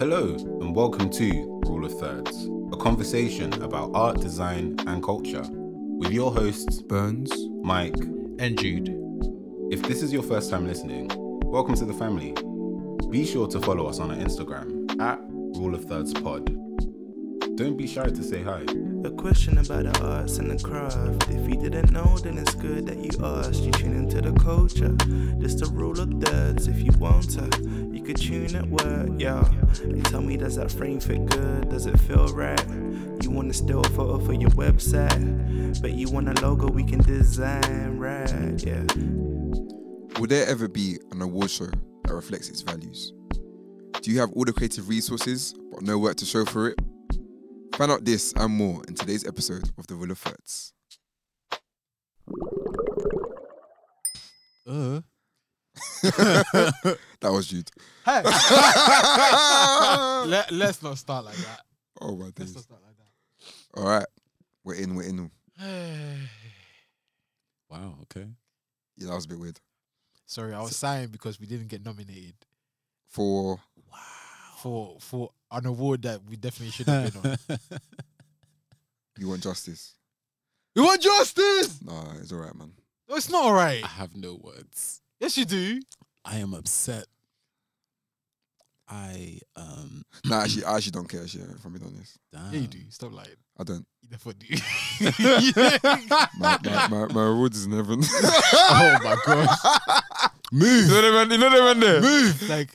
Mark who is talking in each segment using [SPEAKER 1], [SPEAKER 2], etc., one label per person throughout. [SPEAKER 1] Hello, and welcome to Rule of Thirds, a conversation about art, design, and culture with your hosts,
[SPEAKER 2] Burns
[SPEAKER 1] Mike.
[SPEAKER 2] and Jude.
[SPEAKER 1] If this is your first time listening, welcome to the family. Be sure to follow us on our Instagram at Rule of Thirds Pod. Don't be shy to say hi.
[SPEAKER 3] A question about the arts and the craft. If you didn't know, then it's good that you asked. You tune into the culture. Just the rule of thirds. If you want to, you could tune at work, yeah. And tell me, does that frame fit good? Does it feel right? You want to steal a photo for your website, but you want a logo we can design, right? Yeah.
[SPEAKER 2] Will there ever be an award show that reflects its values? Do you have all the creative resources but no work to show for it? Find out this and more in today's episode of The Rule of Thirds.
[SPEAKER 4] Uh.
[SPEAKER 2] That was Jude.
[SPEAKER 4] Hey,
[SPEAKER 2] oh
[SPEAKER 4] let, let's not start like that.
[SPEAKER 2] my
[SPEAKER 4] Let's not
[SPEAKER 2] days.
[SPEAKER 4] start like that.
[SPEAKER 2] All right. We're in, we're in.
[SPEAKER 1] Wow, okay.
[SPEAKER 2] Yeah, that was a bit weird.
[SPEAKER 4] Sorry, I was sighing because we didn't get nominated
[SPEAKER 2] For
[SPEAKER 4] for for an award that we definitely should have been on.
[SPEAKER 2] You Want Justice.
[SPEAKER 4] We want justice.
[SPEAKER 2] Nah, it's all right, man.
[SPEAKER 4] No, it's not all right.
[SPEAKER 5] I have no words.
[SPEAKER 4] Yes, you do.
[SPEAKER 5] I am upset. I um
[SPEAKER 2] Nah, actually, I actually don't care, actually, if I'm being honest.
[SPEAKER 5] damn.
[SPEAKER 4] Yeah, you do. Stop lying.
[SPEAKER 2] I don't.
[SPEAKER 4] You never do. Yeah.
[SPEAKER 2] My, my, my, my award is in heaven.
[SPEAKER 4] Oh my gosh.
[SPEAKER 2] Move. You know them, you know them in there?
[SPEAKER 4] Move. Like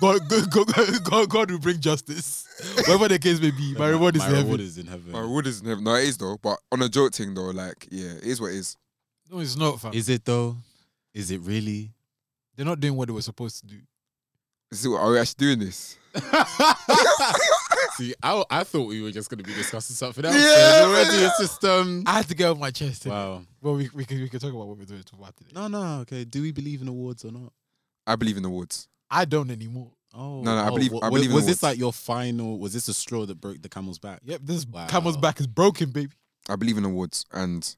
[SPEAKER 4] God, God, God, God, God will bring justice. Whatever the case may be,
[SPEAKER 5] No,
[SPEAKER 4] my reward is
[SPEAKER 5] my
[SPEAKER 4] in
[SPEAKER 5] reward
[SPEAKER 4] heaven.
[SPEAKER 5] is in heaven.
[SPEAKER 2] My award is in heaven. No, it is though. But on a joke thing though, like, yeah, it is what it is.
[SPEAKER 4] No, it's not, fam.
[SPEAKER 5] Is it though? Is it really?
[SPEAKER 4] They're not doing what they were supposed to do.
[SPEAKER 2] Is it, are we actually doing this?
[SPEAKER 5] See, I, I thought we were just gonna be discussing something else.
[SPEAKER 2] Yeah,
[SPEAKER 5] Yeah,
[SPEAKER 2] man.
[SPEAKER 5] already it's just um
[SPEAKER 4] I had to get off my chest. innit?
[SPEAKER 5] Wow.
[SPEAKER 4] Well, we, we can we can talk about what we're doing about today.
[SPEAKER 5] No, Oh, no, okay. Do we believe in awards or not?
[SPEAKER 2] I believe in awards.
[SPEAKER 4] I don't anymore.
[SPEAKER 5] Oh
[SPEAKER 2] No, no, I
[SPEAKER 5] oh,
[SPEAKER 2] believe-
[SPEAKER 5] wa-
[SPEAKER 2] I
[SPEAKER 5] wa-
[SPEAKER 2] believe in
[SPEAKER 5] Was
[SPEAKER 2] awards.
[SPEAKER 5] this like your final was this a straw that broke the camel's back?
[SPEAKER 4] Yep, this
[SPEAKER 5] Wow.
[SPEAKER 4] camel's back is broken, baby.
[SPEAKER 2] I believe in awards, and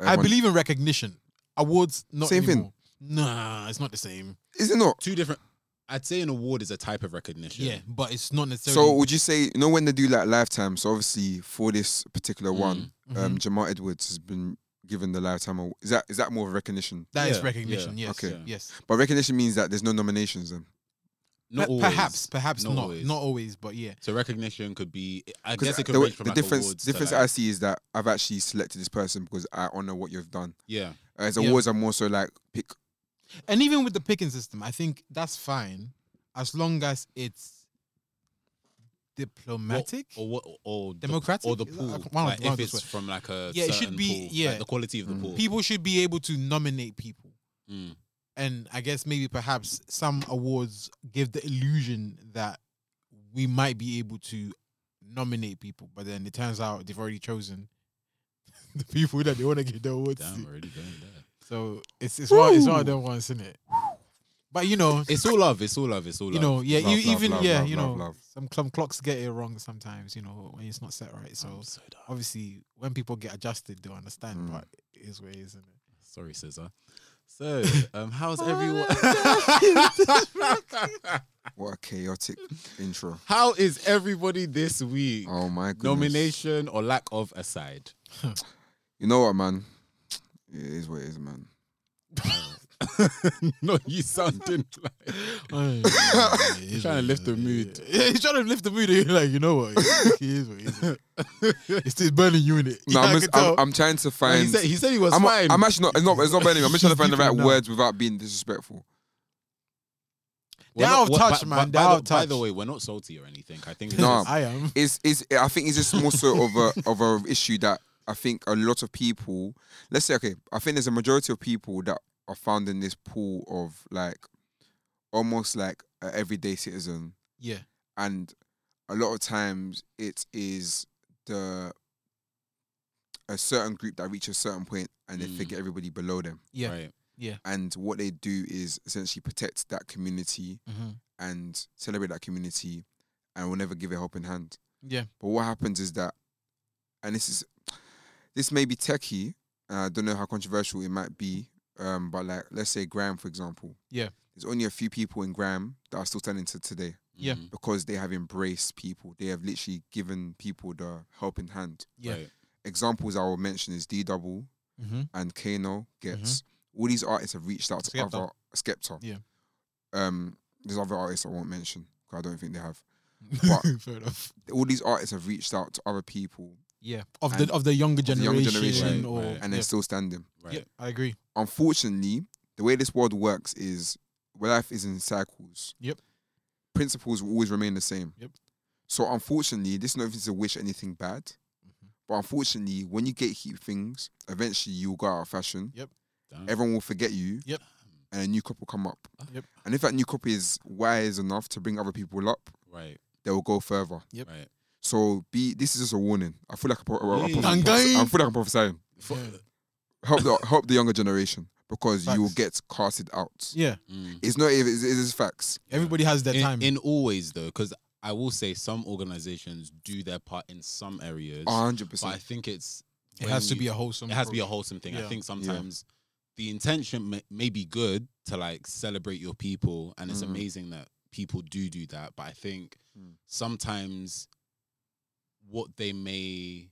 [SPEAKER 4] I
[SPEAKER 2] everyone-
[SPEAKER 4] believe in recognition. Awards, not
[SPEAKER 2] Same thing.
[SPEAKER 4] anymore. Nah, it's not the same.
[SPEAKER 2] Is it not?
[SPEAKER 5] Two different I'd say an award is a type of recognition.
[SPEAKER 4] Yeah, but it's not necessarily.
[SPEAKER 2] So would you say you know when they do like lifetime? So obviously for this particular one,
[SPEAKER 4] Mhm.
[SPEAKER 2] um, Jamal Edwards has been given the lifetime. Award. Is that is that more of recognition?
[SPEAKER 4] that is
[SPEAKER 5] yeah,
[SPEAKER 4] recognition.
[SPEAKER 5] yeah,
[SPEAKER 4] Yes,
[SPEAKER 5] okay.
[SPEAKER 4] yes.
[SPEAKER 2] But recognition means that there's no nominations. Then
[SPEAKER 5] Not
[SPEAKER 4] Per-
[SPEAKER 5] always.
[SPEAKER 4] perhaps, perhaps
[SPEAKER 5] Not
[SPEAKER 4] not.
[SPEAKER 5] always.
[SPEAKER 4] Not always, but yeah.
[SPEAKER 5] So recognition could be I
[SPEAKER 2] 'Cause
[SPEAKER 5] guess it could
[SPEAKER 2] the,
[SPEAKER 5] range from
[SPEAKER 2] the
[SPEAKER 5] like
[SPEAKER 2] difference
[SPEAKER 5] awards to,
[SPEAKER 2] difference
[SPEAKER 5] like-
[SPEAKER 2] I see is that I've actually selected this person because I honor what you've done.
[SPEAKER 5] yeah.
[SPEAKER 2] As
[SPEAKER 4] Yeah.
[SPEAKER 2] awards, I'm also like pick.
[SPEAKER 4] And even with the picking system, I think that's fine as long as it's diplomatic.
[SPEAKER 5] or what or, or the-
[SPEAKER 4] Democratic?
[SPEAKER 5] or the
[SPEAKER 4] Is that-
[SPEAKER 5] pool
[SPEAKER 4] I can't- one of
[SPEAKER 5] like,
[SPEAKER 4] the-
[SPEAKER 5] if
[SPEAKER 4] one of those
[SPEAKER 5] it's from like a
[SPEAKER 4] Yeah, it should
[SPEAKER 5] certain
[SPEAKER 4] be-
[SPEAKER 5] pool, like,
[SPEAKER 4] yeah.
[SPEAKER 5] the quality of the
[SPEAKER 2] Mm.
[SPEAKER 5] pool
[SPEAKER 4] people should be able to nominate people.
[SPEAKER 5] Mm.
[SPEAKER 4] and I guess maybe perhaps some awards give the illusion that we might be able to nominate people, but then it turns out they've already chosen the people that they want to give the awards
[SPEAKER 5] damn
[SPEAKER 4] to.
[SPEAKER 5] already going there
[SPEAKER 4] So it's it's one it's one of them ones, isn't it? But you know,
[SPEAKER 5] it's all love it's all love it's all love
[SPEAKER 4] you know, yeah,
[SPEAKER 2] Love,
[SPEAKER 4] you
[SPEAKER 2] love,
[SPEAKER 4] even
[SPEAKER 2] love,
[SPEAKER 4] yeah,
[SPEAKER 2] love,
[SPEAKER 4] you know,
[SPEAKER 2] love, love.
[SPEAKER 4] some some clocks get it wrong sometimes, you know, when it's not set right. So
[SPEAKER 5] I'm so done.
[SPEAKER 4] obviously, when people get adjusted, they'll understand.
[SPEAKER 2] Mm.
[SPEAKER 4] But it is what it is, isn't it?
[SPEAKER 5] sorry scissor so um how's everyone
[SPEAKER 2] What a chaotic intro!
[SPEAKER 5] how is everybody this week
[SPEAKER 2] Oh my goodness.
[SPEAKER 5] nomination or lack of aside
[SPEAKER 2] You know what, man? It is what it is, man.
[SPEAKER 5] no you sounding like
[SPEAKER 4] He's
[SPEAKER 5] Trying to lift the mood.
[SPEAKER 4] Yeah, he's trying to lift the mood. And you're like, you know what? He is what he is. It's still burning you in it.
[SPEAKER 2] No,
[SPEAKER 4] yeah,
[SPEAKER 2] I'm,
[SPEAKER 4] I
[SPEAKER 2] just,
[SPEAKER 4] can
[SPEAKER 2] I'm,
[SPEAKER 4] tell.
[SPEAKER 2] I'm trying to
[SPEAKER 5] No,
[SPEAKER 2] find.
[SPEAKER 5] he said he said he was
[SPEAKER 2] I'm,
[SPEAKER 5] fine
[SPEAKER 2] I'm actually not. It's not. It's not burning. I'm just trying to find the
[SPEAKER 4] Deep
[SPEAKER 2] right
[SPEAKER 4] in now.
[SPEAKER 2] words without being disrespectful.
[SPEAKER 5] We're
[SPEAKER 4] They're
[SPEAKER 5] not-
[SPEAKER 4] out of
[SPEAKER 5] we're-
[SPEAKER 4] touch,
[SPEAKER 5] by-
[SPEAKER 4] man.
[SPEAKER 5] by,
[SPEAKER 4] They're
[SPEAKER 5] the-
[SPEAKER 4] out of
[SPEAKER 5] by
[SPEAKER 4] touch.
[SPEAKER 5] the way we're not salty or anything I think it's
[SPEAKER 2] No.
[SPEAKER 5] just-
[SPEAKER 4] I am.
[SPEAKER 2] It's. It's. I think it's just more so of a of a issue that I think a lot of people. Let's say okay. I think there's a majority of people that are found in this pool of like, almost like a everyday citizen,
[SPEAKER 4] Yeah.
[SPEAKER 2] and a lot of times it is the a certain group that reach a certain point and they
[SPEAKER 5] Mm.
[SPEAKER 2] forget everybody below them.
[SPEAKER 4] Yeah.
[SPEAKER 5] right
[SPEAKER 2] and what they do is essentially protect that community
[SPEAKER 4] Mm-hmm.
[SPEAKER 2] and celebrate that community and will never give a helping hand.
[SPEAKER 4] Yeah.
[SPEAKER 2] But what happens is that and this is this may be techie, and I don't know how controversial it might be, Um, but like let's say Graham, for example.
[SPEAKER 4] Yeah.
[SPEAKER 2] There's only a few people in Graham that are still standing to today
[SPEAKER 4] Yeah.
[SPEAKER 5] Mhm.
[SPEAKER 2] because they have embraced people. They have literally given people the helping hand.
[SPEAKER 4] Yeah.
[SPEAKER 5] Right.
[SPEAKER 2] Examples I will mention is D Double
[SPEAKER 4] Mm-hmm.
[SPEAKER 2] and Kano gets. All these artists have reached out to
[SPEAKER 4] Skepta.
[SPEAKER 2] other Skepta.
[SPEAKER 4] Yeah.
[SPEAKER 2] Um, there's other artists I won't mention 'cause I don't think they have. But-
[SPEAKER 4] Fair enough.
[SPEAKER 2] All these artists have reached out to other people
[SPEAKER 4] Yeah. Of
[SPEAKER 2] And-
[SPEAKER 4] the of the younger
[SPEAKER 2] the younger
[SPEAKER 4] generation,
[SPEAKER 2] generation,
[SPEAKER 4] or
[SPEAKER 5] right,
[SPEAKER 2] and they're
[SPEAKER 4] yeah.
[SPEAKER 2] still standing.
[SPEAKER 5] Right.
[SPEAKER 4] yeah, I agree.
[SPEAKER 2] unfortunately, the way this world works is well, life is in cycles.
[SPEAKER 4] Yep.
[SPEAKER 2] Principles will always remain the same.
[SPEAKER 4] Yep.
[SPEAKER 2] So unfortunately, this is not to wish anything bad,
[SPEAKER 4] Mm-hmm.
[SPEAKER 2] but unfortunately, when you gatekeep things, eventually you'll go out of fashion.
[SPEAKER 5] Damn.
[SPEAKER 2] Everyone will forget you.
[SPEAKER 4] Yep.
[SPEAKER 2] And a new couple come up.
[SPEAKER 4] Yep.
[SPEAKER 2] And if that new couple is wise enough to bring other people up,
[SPEAKER 5] Right.
[SPEAKER 2] they will go further.
[SPEAKER 4] Yep.
[SPEAKER 5] Right.
[SPEAKER 2] So be this is just a warning. I feel like a pro- a- a
[SPEAKER 5] Yeah.
[SPEAKER 2] prophet-
[SPEAKER 4] Tangai.
[SPEAKER 2] I feel like I'm prophesying.
[SPEAKER 5] For,
[SPEAKER 4] Yeah.
[SPEAKER 2] Help the help the younger generation because you will get
[SPEAKER 4] Facts.
[SPEAKER 2] casted out.
[SPEAKER 4] Yeah,
[SPEAKER 5] Mm.
[SPEAKER 2] It's not even, it's, it's just facts.
[SPEAKER 4] everybody has their
[SPEAKER 5] in,
[SPEAKER 4] time.
[SPEAKER 5] in always though, because I will say some organizations do their part in some areas,
[SPEAKER 2] A hundred
[SPEAKER 5] but I
[SPEAKER 2] percent.
[SPEAKER 5] think it's
[SPEAKER 4] it has to
[SPEAKER 5] when
[SPEAKER 4] be
[SPEAKER 5] you-
[SPEAKER 4] a wholesome.
[SPEAKER 5] it has to be a
[SPEAKER 4] approach.
[SPEAKER 5] wholesome thing.
[SPEAKER 4] Yeah.
[SPEAKER 5] I think sometimes the intention may, may be good to like celebrate your people, and it's
[SPEAKER 2] Mhm.
[SPEAKER 5] amazing that people do do that. But I think
[SPEAKER 2] Mm.
[SPEAKER 5] sometimes what they may,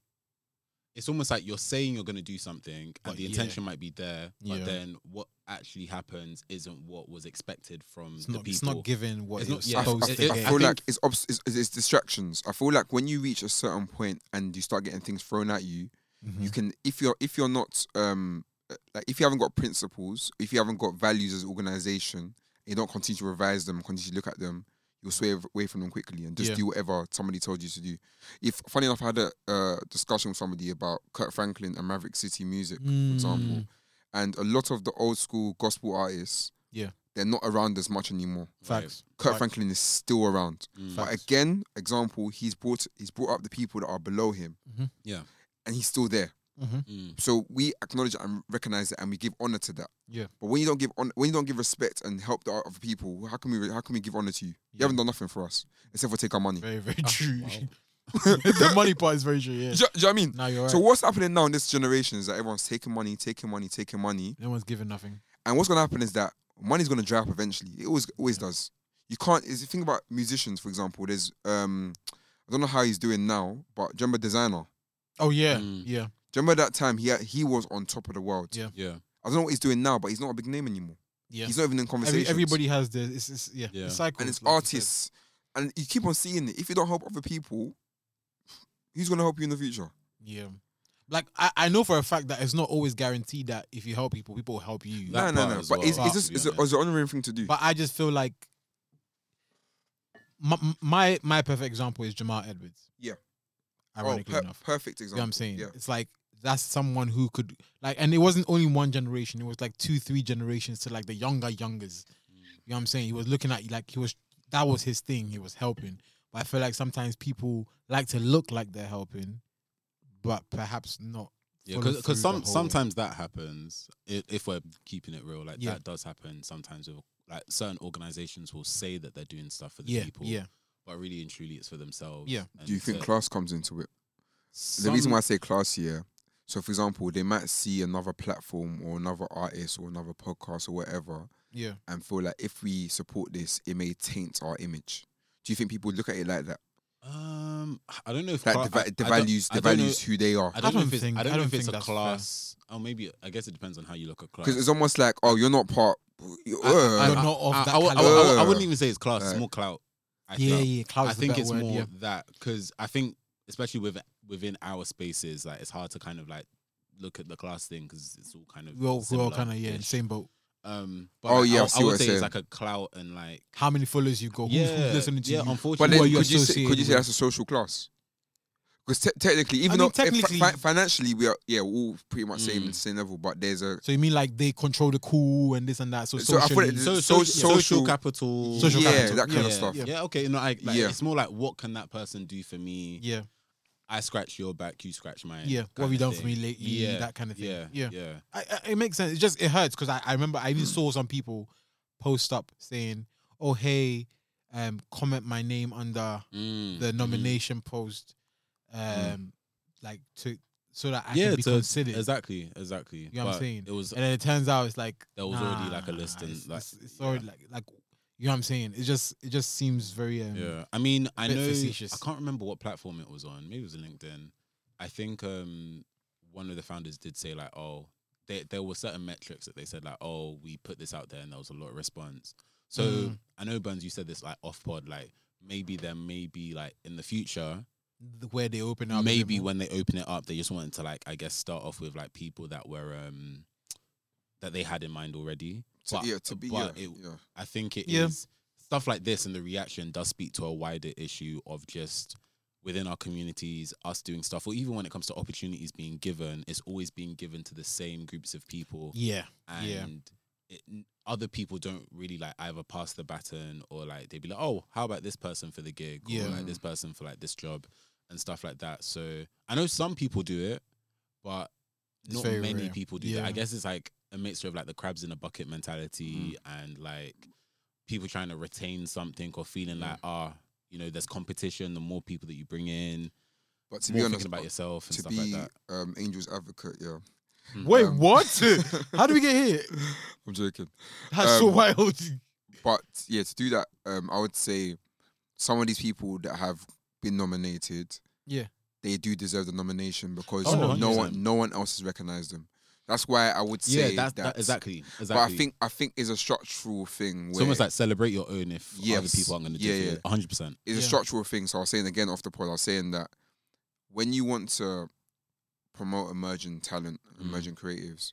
[SPEAKER 5] it's almost like you're saying you're going to do something,
[SPEAKER 4] But
[SPEAKER 5] and the
[SPEAKER 4] yeah.
[SPEAKER 5] intention might be there,
[SPEAKER 4] Yeah.
[SPEAKER 5] but then what actually happens isn't what was expected from
[SPEAKER 4] It's
[SPEAKER 5] the
[SPEAKER 4] not,
[SPEAKER 5] people.
[SPEAKER 4] it's not given what
[SPEAKER 5] It's not-
[SPEAKER 4] it's,
[SPEAKER 5] yeah,
[SPEAKER 2] I,
[SPEAKER 4] supposed
[SPEAKER 2] I-
[SPEAKER 5] Oh, it-
[SPEAKER 4] to
[SPEAKER 5] it-
[SPEAKER 2] I
[SPEAKER 4] get.
[SPEAKER 2] feel
[SPEAKER 5] think-
[SPEAKER 2] like it's, obs- it's, it's distractions. I feel like when you reach a certain point and you start getting things thrown at you,
[SPEAKER 5] Mm-hmm.
[SPEAKER 4] Mhm.
[SPEAKER 2] you can if you're if you're not um uh, like if you haven't got principles, if you haven't got values as an organization, you don't continue to revise them, continue to look at them, you'll sway av- away from them quickly and just
[SPEAKER 4] Yeah.
[SPEAKER 2] do whatever somebody told you to do. If funny enough, I had a uh, discussion with somebody about Kurt Franklin and Maverick City Music. for example.
[SPEAKER 4] Mm,
[SPEAKER 2] And a lot of the old school gospel artists,
[SPEAKER 4] Yeah.
[SPEAKER 2] they're not around as much anymore.
[SPEAKER 4] Facts.
[SPEAKER 2] Kurt
[SPEAKER 4] Right.
[SPEAKER 2] Franklin is still around.
[SPEAKER 5] Mm.
[SPEAKER 2] But
[SPEAKER 4] Facts.
[SPEAKER 2] again, example, he's brought he's brought up the people that are below him.
[SPEAKER 4] Mhm.
[SPEAKER 5] Yeah.
[SPEAKER 2] And he's still there.
[SPEAKER 4] Mhm.
[SPEAKER 5] Mm.
[SPEAKER 2] So we acknowledge it and recognize it and we give honor to that.
[SPEAKER 4] Yeah.
[SPEAKER 2] But when you don't give honor, when you don't give respect and help the other people, how can we how can we give honor to you? You
[SPEAKER 4] Yeah.
[SPEAKER 2] haven't done nothing for us except for take our money.
[SPEAKER 4] Very, very true.
[SPEAKER 5] wow.
[SPEAKER 4] the money part is very true. Yeah.
[SPEAKER 2] Do, you- do you know what I mean?
[SPEAKER 4] Now you're right.
[SPEAKER 2] So what's happening now in this generation is that everyone's taking money, taking money, taking money.
[SPEAKER 4] no one's given nothing.
[SPEAKER 2] And what's gonna happen is that money's gonna dry up eventually. It always always does. You can't. Is the thing about musicians, for example. There's um, I don't know how he's doing now, but do you remember designer.
[SPEAKER 4] Oh yeah,
[SPEAKER 5] Mm.
[SPEAKER 4] yeah.
[SPEAKER 2] Do you remember that time he had, he was on top of the world.
[SPEAKER 4] Yeah.
[SPEAKER 5] Yeah.
[SPEAKER 2] I don't know what he's doing now, but he's not a big name anymore.
[SPEAKER 4] Yeah.
[SPEAKER 2] He's not even in
[SPEAKER 4] Every,
[SPEAKER 2] conversation.
[SPEAKER 4] everybody has their. It's, it's yeah.
[SPEAKER 5] Yeah.
[SPEAKER 4] It's cycles,
[SPEAKER 2] and it's
[SPEAKER 4] like you said.
[SPEAKER 2] artists, and you keep on seeing it. If you don't help other people, who's gonna help you in the future?
[SPEAKER 4] Yeah. Like I, I know for a fact that it's not always guaranteed that if you help people, people will help you.
[SPEAKER 5] That part
[SPEAKER 2] no, no, no.
[SPEAKER 5] as
[SPEAKER 2] But
[SPEAKER 5] well,
[SPEAKER 2] it's,
[SPEAKER 4] to
[SPEAKER 2] it's just
[SPEAKER 5] be
[SPEAKER 2] it's, a,
[SPEAKER 5] honest.
[SPEAKER 2] it's an honoring thing to do.
[SPEAKER 4] But I just feel like my my, my perfect example is Jamal Edwards.
[SPEAKER 2] Yeah. oh,
[SPEAKER 4] Ironically
[SPEAKER 2] per-
[SPEAKER 4] enough.
[SPEAKER 2] perfect
[SPEAKER 4] You know what
[SPEAKER 2] example.
[SPEAKER 4] I'm saying?
[SPEAKER 2] Yeah.
[SPEAKER 4] It's like that's someone who could like and it wasn't only one generation, it was like two, three generations to like the younger youngers. You know what I'm saying? He was looking at you like he was that was his thing, he was helping. But I feel like sometimes people like to look like they're helping, but perhaps not.
[SPEAKER 5] Yeah,
[SPEAKER 4] follow through
[SPEAKER 5] because some
[SPEAKER 4] the whole-
[SPEAKER 5] sometimes that happens i- if we're keeping it real. Like
[SPEAKER 4] Yeah.
[SPEAKER 5] that does happen sometimes. With, like certain organizations will say that they're doing stuff for the
[SPEAKER 4] Yeah,
[SPEAKER 5] people,
[SPEAKER 4] yeah.
[SPEAKER 5] but really and truly it's for themselves.
[SPEAKER 4] Yeah.
[SPEAKER 5] And
[SPEAKER 2] Do you think
[SPEAKER 5] so
[SPEAKER 2] class comes into it? the
[SPEAKER 5] some-
[SPEAKER 2] reason why I say class here, so for example, they might see another platform or another artist or another podcast or whatever
[SPEAKER 4] Yeah.
[SPEAKER 2] and feel like if we support this, it may taint our image. Do you think people look at it like that?
[SPEAKER 5] um, I don't know if
[SPEAKER 2] Like
[SPEAKER 5] cla-
[SPEAKER 2] the, va-
[SPEAKER 5] I-
[SPEAKER 2] the
[SPEAKER 5] I don't-
[SPEAKER 2] values,
[SPEAKER 5] I
[SPEAKER 2] the
[SPEAKER 5] don't know-
[SPEAKER 2] values who they are.
[SPEAKER 5] I
[SPEAKER 4] I
[SPEAKER 5] don't know
[SPEAKER 4] don't
[SPEAKER 5] if it's
[SPEAKER 4] think-
[SPEAKER 5] I don't
[SPEAKER 4] I
[SPEAKER 5] know if
[SPEAKER 4] don't
[SPEAKER 5] it's a
[SPEAKER 4] think that's fair.
[SPEAKER 5] class. Oh, maybe I guess it depends on how you look at class.
[SPEAKER 2] Because it's almost like, oh, you're not part. you're-
[SPEAKER 5] I-
[SPEAKER 4] You're
[SPEAKER 2] uh,
[SPEAKER 4] not of
[SPEAKER 5] I,
[SPEAKER 4] that
[SPEAKER 5] I, I- I-
[SPEAKER 4] caliber.
[SPEAKER 5] I wouldn't even say it's class.
[SPEAKER 2] Oh. Right.
[SPEAKER 5] More clout. I
[SPEAKER 4] yeah,
[SPEAKER 5] think.
[SPEAKER 4] yeah, cloud's
[SPEAKER 5] I
[SPEAKER 4] the
[SPEAKER 5] think
[SPEAKER 4] better
[SPEAKER 5] it's
[SPEAKER 4] word,
[SPEAKER 5] more
[SPEAKER 4] yeah.
[SPEAKER 5] that because I think especially with within our spaces, like it's hard to kind of like look at the class thing because it's all kind of
[SPEAKER 4] we all, we all
[SPEAKER 5] similar-ish.
[SPEAKER 4] kind of yeah, in same boat.
[SPEAKER 5] Um, but
[SPEAKER 2] Oh,
[SPEAKER 5] like,
[SPEAKER 2] yeah, I
[SPEAKER 5] I, I
[SPEAKER 2] see what
[SPEAKER 5] would
[SPEAKER 2] you're
[SPEAKER 5] say
[SPEAKER 2] saying.
[SPEAKER 5] it's like a clout and like
[SPEAKER 4] How many followers you got? Who's,
[SPEAKER 5] yeah,
[SPEAKER 4] who's listening to
[SPEAKER 5] yeah,
[SPEAKER 4] you?
[SPEAKER 2] but
[SPEAKER 5] Unfortunately,
[SPEAKER 2] then
[SPEAKER 4] who are you
[SPEAKER 2] could you, say, could you
[SPEAKER 4] associated
[SPEAKER 2] say
[SPEAKER 4] with?
[SPEAKER 2] that's a social class? Because te- technically, even
[SPEAKER 4] mean,
[SPEAKER 2] though
[SPEAKER 4] technically-
[SPEAKER 2] fi- financially we are, yeah, we're all pretty much same
[SPEAKER 5] Mm.
[SPEAKER 2] same level, but there's a
[SPEAKER 4] So you mean like they control the cool and this and that? So,
[SPEAKER 2] So I
[SPEAKER 4] socially,
[SPEAKER 2] put it-
[SPEAKER 5] so,
[SPEAKER 2] so-
[SPEAKER 5] social,
[SPEAKER 2] social-
[SPEAKER 5] social capital,
[SPEAKER 4] Social
[SPEAKER 2] yeah,
[SPEAKER 4] capital.
[SPEAKER 2] that kind
[SPEAKER 5] yeah,
[SPEAKER 2] of stuff.
[SPEAKER 5] Yeah, okay, no, I, like,
[SPEAKER 2] Yeah.
[SPEAKER 5] it's more like what can that person do for me?
[SPEAKER 4] yeah,
[SPEAKER 5] I scratch your back, you scratch mine.
[SPEAKER 4] yeah. What have
[SPEAKER 5] kinda
[SPEAKER 4] you done for
[SPEAKER 5] thing.
[SPEAKER 4] me lately?
[SPEAKER 5] Yeah,
[SPEAKER 4] That kind of thing.
[SPEAKER 5] Yeah,
[SPEAKER 4] Yeah,
[SPEAKER 5] yeah,
[SPEAKER 4] I, I, it makes sense. It just it hurts because I, I remember I even saw some people post up saying, "Oh hey, um, comment my name under
[SPEAKER 5] Mm,
[SPEAKER 4] the
[SPEAKER 5] mhm.
[SPEAKER 4] nomination post, um, like to so that I
[SPEAKER 5] Mm. yeah,
[SPEAKER 4] can be
[SPEAKER 5] to-
[SPEAKER 4] considered.
[SPEAKER 5] exactly, exactly.
[SPEAKER 4] know what I'm
[SPEAKER 5] But
[SPEAKER 4] saying?
[SPEAKER 5] It was
[SPEAKER 4] And then it turns out it's like
[SPEAKER 5] There was already, like, a
[SPEAKER 4] nah,
[SPEAKER 5] list and,
[SPEAKER 4] it's,
[SPEAKER 5] like,
[SPEAKER 4] it's, it's already like like you know what I'm saying. It just it just seems very
[SPEAKER 2] Mm.
[SPEAKER 4] um,
[SPEAKER 5] Yeah, I mean, I
[SPEAKER 4] bit
[SPEAKER 5] know
[SPEAKER 4] facetious.
[SPEAKER 5] I can't remember what platform it was on. Maybe it was LinkedIn. I think um, one of the founders did say like, "Oh, they, there were certain metrics that they said like, oh, we put this out there and there was a lot of response." So
[SPEAKER 4] Mm.
[SPEAKER 5] I know Burns, you said this like off pod, like maybe there may be like in the future,
[SPEAKER 4] the- where they open up. a bit
[SPEAKER 5] maybe
[SPEAKER 4] more.
[SPEAKER 5] when they open it up, they just wanted to like I guess start off with like people that were um that they had in mind already.
[SPEAKER 2] To,
[SPEAKER 5] But-
[SPEAKER 2] yeah, to be yeah,
[SPEAKER 5] but it-
[SPEAKER 2] yeah.
[SPEAKER 5] I think it is
[SPEAKER 4] Yeah.
[SPEAKER 5] stuff like this and the reaction does speak to a wider issue of just within our communities, us doing stuff, or even when it comes to opportunities being given, it's always being given to the same groups of people,
[SPEAKER 4] yeah,
[SPEAKER 5] and
[SPEAKER 4] yeah.
[SPEAKER 5] It, other people don't really like either pass the baton or like they'd be like, oh, how about this person for the gig,
[SPEAKER 4] Yeah.
[SPEAKER 5] or like this person for like this job, and stuff like that. So I know some people do it, but
[SPEAKER 4] It's
[SPEAKER 5] not
[SPEAKER 4] very
[SPEAKER 5] many
[SPEAKER 4] rare.
[SPEAKER 5] people do that.
[SPEAKER 4] Yeah.
[SPEAKER 5] I guess it's like a mixture of like the crabs in a bucket mentality
[SPEAKER 4] Mm-hmm.
[SPEAKER 5] and like people trying to retain something or feeling like, ah, you know, there's competition. The more people that you bring in,
[SPEAKER 2] But to
[SPEAKER 5] more thinking
[SPEAKER 2] be honest, uh,
[SPEAKER 5] about yourself and
[SPEAKER 2] to
[SPEAKER 5] stuff
[SPEAKER 2] be
[SPEAKER 5] like that.
[SPEAKER 2] um, Angel's advocate, yeah.
[SPEAKER 5] Mm.
[SPEAKER 4] Wait,
[SPEAKER 2] Um,
[SPEAKER 4] what? How do we get here?
[SPEAKER 2] I'm joking.
[SPEAKER 4] That's so
[SPEAKER 2] Um,
[SPEAKER 4] wild.
[SPEAKER 2] But yeah, to do that, um, I would say some of these people that have been nominated,
[SPEAKER 4] Yeah.
[SPEAKER 2] they do deserve the nomination because
[SPEAKER 5] Oh,
[SPEAKER 2] no
[SPEAKER 5] 100%.
[SPEAKER 2] one, no one else has recognized them. That's why I would
[SPEAKER 5] Yeah,
[SPEAKER 2] say
[SPEAKER 5] that's
[SPEAKER 2] that.
[SPEAKER 5] that, exactly. Exactly.
[SPEAKER 2] But I think I think it's a structural thing. Where
[SPEAKER 5] it's almost like celebrate your own if other
[SPEAKER 2] Yes.
[SPEAKER 5] people aren't going to do
[SPEAKER 2] Yeah,
[SPEAKER 5] it.
[SPEAKER 2] yeah.
[SPEAKER 5] for you. 100%.
[SPEAKER 2] it's a
[SPEAKER 4] Yeah.
[SPEAKER 2] structural thing. So I was saying again off the pod, I was saying that when you want to promote emerging talent,
[SPEAKER 5] Mm.
[SPEAKER 2] emerging creatives,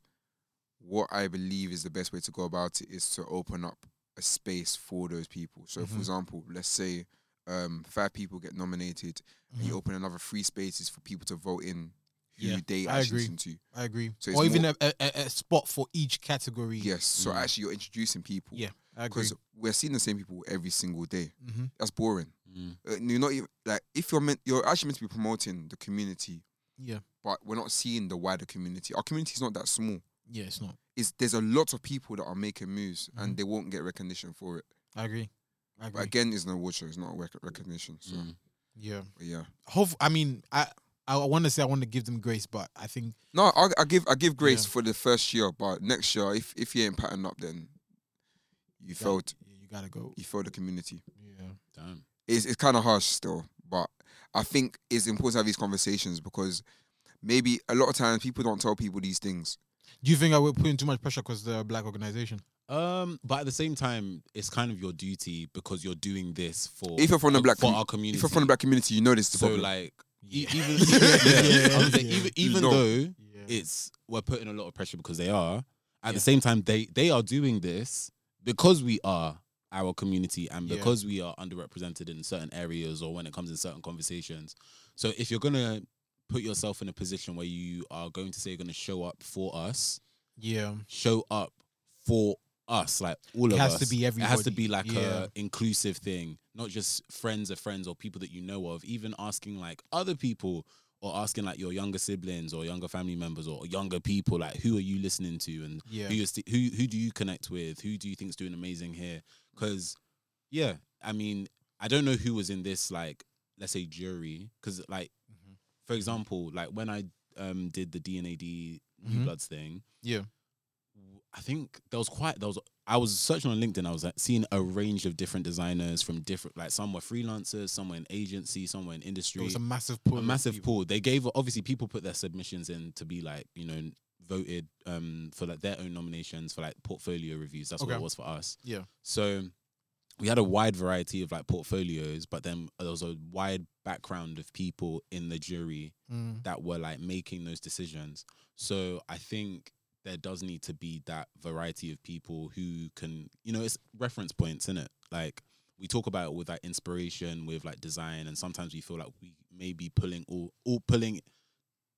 [SPEAKER 2] what I believe is the best way to go about it is to open up a space for those people. So, for
[SPEAKER 4] Mhm.
[SPEAKER 2] example, let's say um, five people get nominated, and you open another three spaces for people to vote in who
[SPEAKER 4] Mm-hmm. Yeah,
[SPEAKER 2] they
[SPEAKER 4] I
[SPEAKER 2] actually
[SPEAKER 4] agree.
[SPEAKER 2] listen to.
[SPEAKER 4] I agree.
[SPEAKER 2] So it's
[SPEAKER 4] or even a, a, a- a spot for each category.
[SPEAKER 2] Yes, so
[SPEAKER 5] Mm.
[SPEAKER 2] actually you're introducing people.
[SPEAKER 4] Yeah, I agree.
[SPEAKER 2] because we're seeing the same people every single day.
[SPEAKER 4] hmm
[SPEAKER 2] That's boring.
[SPEAKER 5] Mm.
[SPEAKER 2] Uh, you're not even like if you're meant you're actually meant to be promoting the community
[SPEAKER 4] Yeah,
[SPEAKER 2] but we're not seeing the wider community. Our community is not that small.
[SPEAKER 4] yeah, it's not.
[SPEAKER 2] It's, there's a lot of people that are making moves and they won't get recognition for it.
[SPEAKER 4] I agree. I agree.
[SPEAKER 2] But again, it's an award show. It's not a rec- recognition. So
[SPEAKER 5] Mm.
[SPEAKER 4] yeah.
[SPEAKER 2] but yeah,
[SPEAKER 4] Hope. I mean, I I want to say I want to give them grace, but I think
[SPEAKER 2] no, I, I give I give grace
[SPEAKER 4] Yeah.
[SPEAKER 2] for the first year, but next year, if if you ain't patterned up, then you
[SPEAKER 4] that-
[SPEAKER 2] failed.
[SPEAKER 4] you gotta go.
[SPEAKER 2] You failed the community.
[SPEAKER 4] Yeah.
[SPEAKER 5] Damn.
[SPEAKER 2] It's it's kind of harsh still, but I think it's important to have these conversations because maybe a lot of times people don't tell people these things.
[SPEAKER 4] Do you think I would put in too much pressure because they're a black organization?
[SPEAKER 5] Um, but at the same time, it's kind of your duty because you're doing this for
[SPEAKER 2] If you're from the
[SPEAKER 5] uh,
[SPEAKER 2] black
[SPEAKER 5] for
[SPEAKER 2] com-
[SPEAKER 5] our community.
[SPEAKER 2] If you're from the black community, you know this is the
[SPEAKER 5] so
[SPEAKER 2] problem.
[SPEAKER 5] like e-
[SPEAKER 4] Yeah.
[SPEAKER 5] even yeah,
[SPEAKER 4] Yeah,
[SPEAKER 5] I was
[SPEAKER 4] yeah,
[SPEAKER 5] like,
[SPEAKER 4] yeah.
[SPEAKER 5] even even
[SPEAKER 2] No.
[SPEAKER 5] though
[SPEAKER 4] Yeah.
[SPEAKER 5] it's we're putting a lot of pressure because they are. At
[SPEAKER 4] Yeah.
[SPEAKER 5] the same time, they they are doing this because we are our community and
[SPEAKER 4] Yeah.
[SPEAKER 5] because we are underrepresented in certain areas or when it comes in certain conversations. So if you're gonna put yourself in a position where you are going to say you're gonna show up for us,
[SPEAKER 4] yeah.
[SPEAKER 5] show up for us, like all
[SPEAKER 4] It
[SPEAKER 5] of
[SPEAKER 4] has
[SPEAKER 5] us.
[SPEAKER 4] to
[SPEAKER 5] It
[SPEAKER 4] be
[SPEAKER 5] has to
[SPEAKER 4] everybody.
[SPEAKER 5] be like
[SPEAKER 4] Yeah.
[SPEAKER 5] a inclusive thing, not just friends of friends or people that you know of. Even asking like other people or asking like your younger siblings or younger family members or younger people, like who are you listening to and
[SPEAKER 4] Yeah.
[SPEAKER 5] who is who who do you connect with? Who do you think's doing amazing here? Because yeah, I mean, I don't know who was in this like let's say jury because like
[SPEAKER 4] Mhm.
[SPEAKER 5] for example, like when I um did the DNAD New
[SPEAKER 4] Mhm.
[SPEAKER 5] Bloods thing,
[SPEAKER 4] Yeah.
[SPEAKER 5] I think there was quite there was I was searching on LinkedIn. I was like seeing a range of different designers from different like some were freelancers, some were in agency, some were in
[SPEAKER 4] It
[SPEAKER 5] industry.
[SPEAKER 4] was a massive pool.
[SPEAKER 5] a
[SPEAKER 4] of
[SPEAKER 5] massive
[SPEAKER 4] people.
[SPEAKER 5] pool. They gave obviously people put their submissions in to be like you know voted um for like their own nominations for like portfolio reviews. That's what
[SPEAKER 4] Okay.
[SPEAKER 5] it was for us.
[SPEAKER 4] Yeah.
[SPEAKER 5] So we had a wide variety of like portfolios, but then there was a wide background of people in the jury
[SPEAKER 4] Mm.
[SPEAKER 5] that were like making those decisions. So I think there does need to be that variety of people who can, you know, it's reference points in it. Like we talk about it with like inspiration, with like design, and sometimes we feel like we may be pulling all all pulling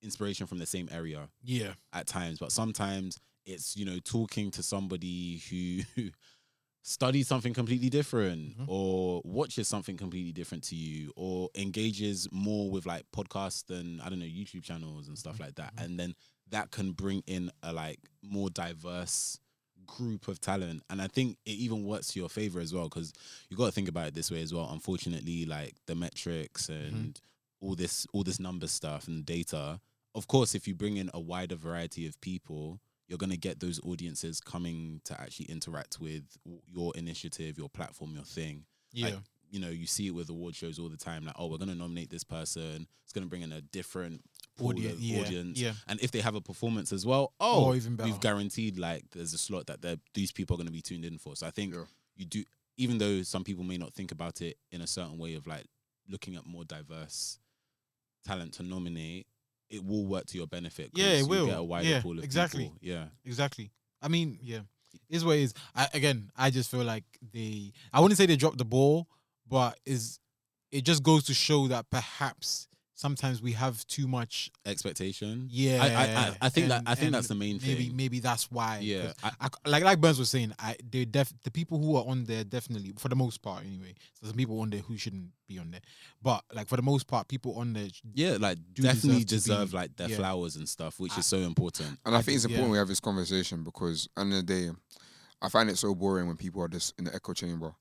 [SPEAKER 5] inspiration from the same area
[SPEAKER 4] Yeah.
[SPEAKER 5] at times, but sometimes it's you know talking to somebody who studies something completely different
[SPEAKER 4] Mhm.
[SPEAKER 5] or watches something completely different to you or engages more with like podcasts than I don't know YouTube channels and stuff like that,
[SPEAKER 4] Mhm.
[SPEAKER 5] and then that can bring in a like more diverse group of talent and i think it even works to your favor as well because you got to think about it this way as well
[SPEAKER 4] Mm-hmm.
[SPEAKER 5] unfortunately like the metrics and all this all this number stuff and data of course, if you bring in a wider variety of people, you're going to get those audiences coming to actually interact with w- your initiative, your platform, your thing.
[SPEAKER 4] Yeah.
[SPEAKER 5] Like, you know, you see it with award shows all the time. Like, oh, we're going to nominate this person. It's going to bring in a different pool
[SPEAKER 4] Audi-
[SPEAKER 5] of
[SPEAKER 4] yeah,
[SPEAKER 5] audience.
[SPEAKER 4] yeah.
[SPEAKER 5] And if they have a performance as well, oh,
[SPEAKER 4] Oh, even better.
[SPEAKER 5] we've guaranteed like there's a slot that they're- these people are going to be tuned in for. So I think
[SPEAKER 2] Yeah.
[SPEAKER 5] you do, even though some people may not think about it in a certain way of like looking at more diverse talent to nominate, it will work to your benefit. 'cause
[SPEAKER 4] Yeah, it
[SPEAKER 5] you
[SPEAKER 4] will.
[SPEAKER 5] Get a wider
[SPEAKER 4] Yeah,
[SPEAKER 5] pool of
[SPEAKER 4] exactly.
[SPEAKER 5] people. Yeah,
[SPEAKER 4] Exactly. I mean, yeah, is what it is. I, again, I just feel like they. I wouldn't say they dropped the ball, but is it just goes to show that perhaps sometimes we have too much.
[SPEAKER 5] expectation.
[SPEAKER 4] Yeah,
[SPEAKER 5] I, I, I, I think that
[SPEAKER 4] and-
[SPEAKER 5] I think
[SPEAKER 4] and
[SPEAKER 5] that's the main
[SPEAKER 4] maybe
[SPEAKER 5] thing.
[SPEAKER 4] maybe that's why. 'cause
[SPEAKER 5] yeah, I,
[SPEAKER 4] I, like like Burns was saying, I they def the people who are on there definitely for the most part anyway. So some people on there who shouldn't be on there, but like for the most part, people on there.
[SPEAKER 5] yeah, like
[SPEAKER 4] do
[SPEAKER 5] definitely
[SPEAKER 4] deserve to
[SPEAKER 5] deserve
[SPEAKER 4] be-
[SPEAKER 5] like their
[SPEAKER 4] yeah.
[SPEAKER 5] flowers and stuff, which
[SPEAKER 4] I-
[SPEAKER 5] is so important.
[SPEAKER 2] And I think it's
[SPEAKER 4] Yeah.
[SPEAKER 2] important we have this conversation because at the end of the day, I find it so boring when people are just in the echo chamber.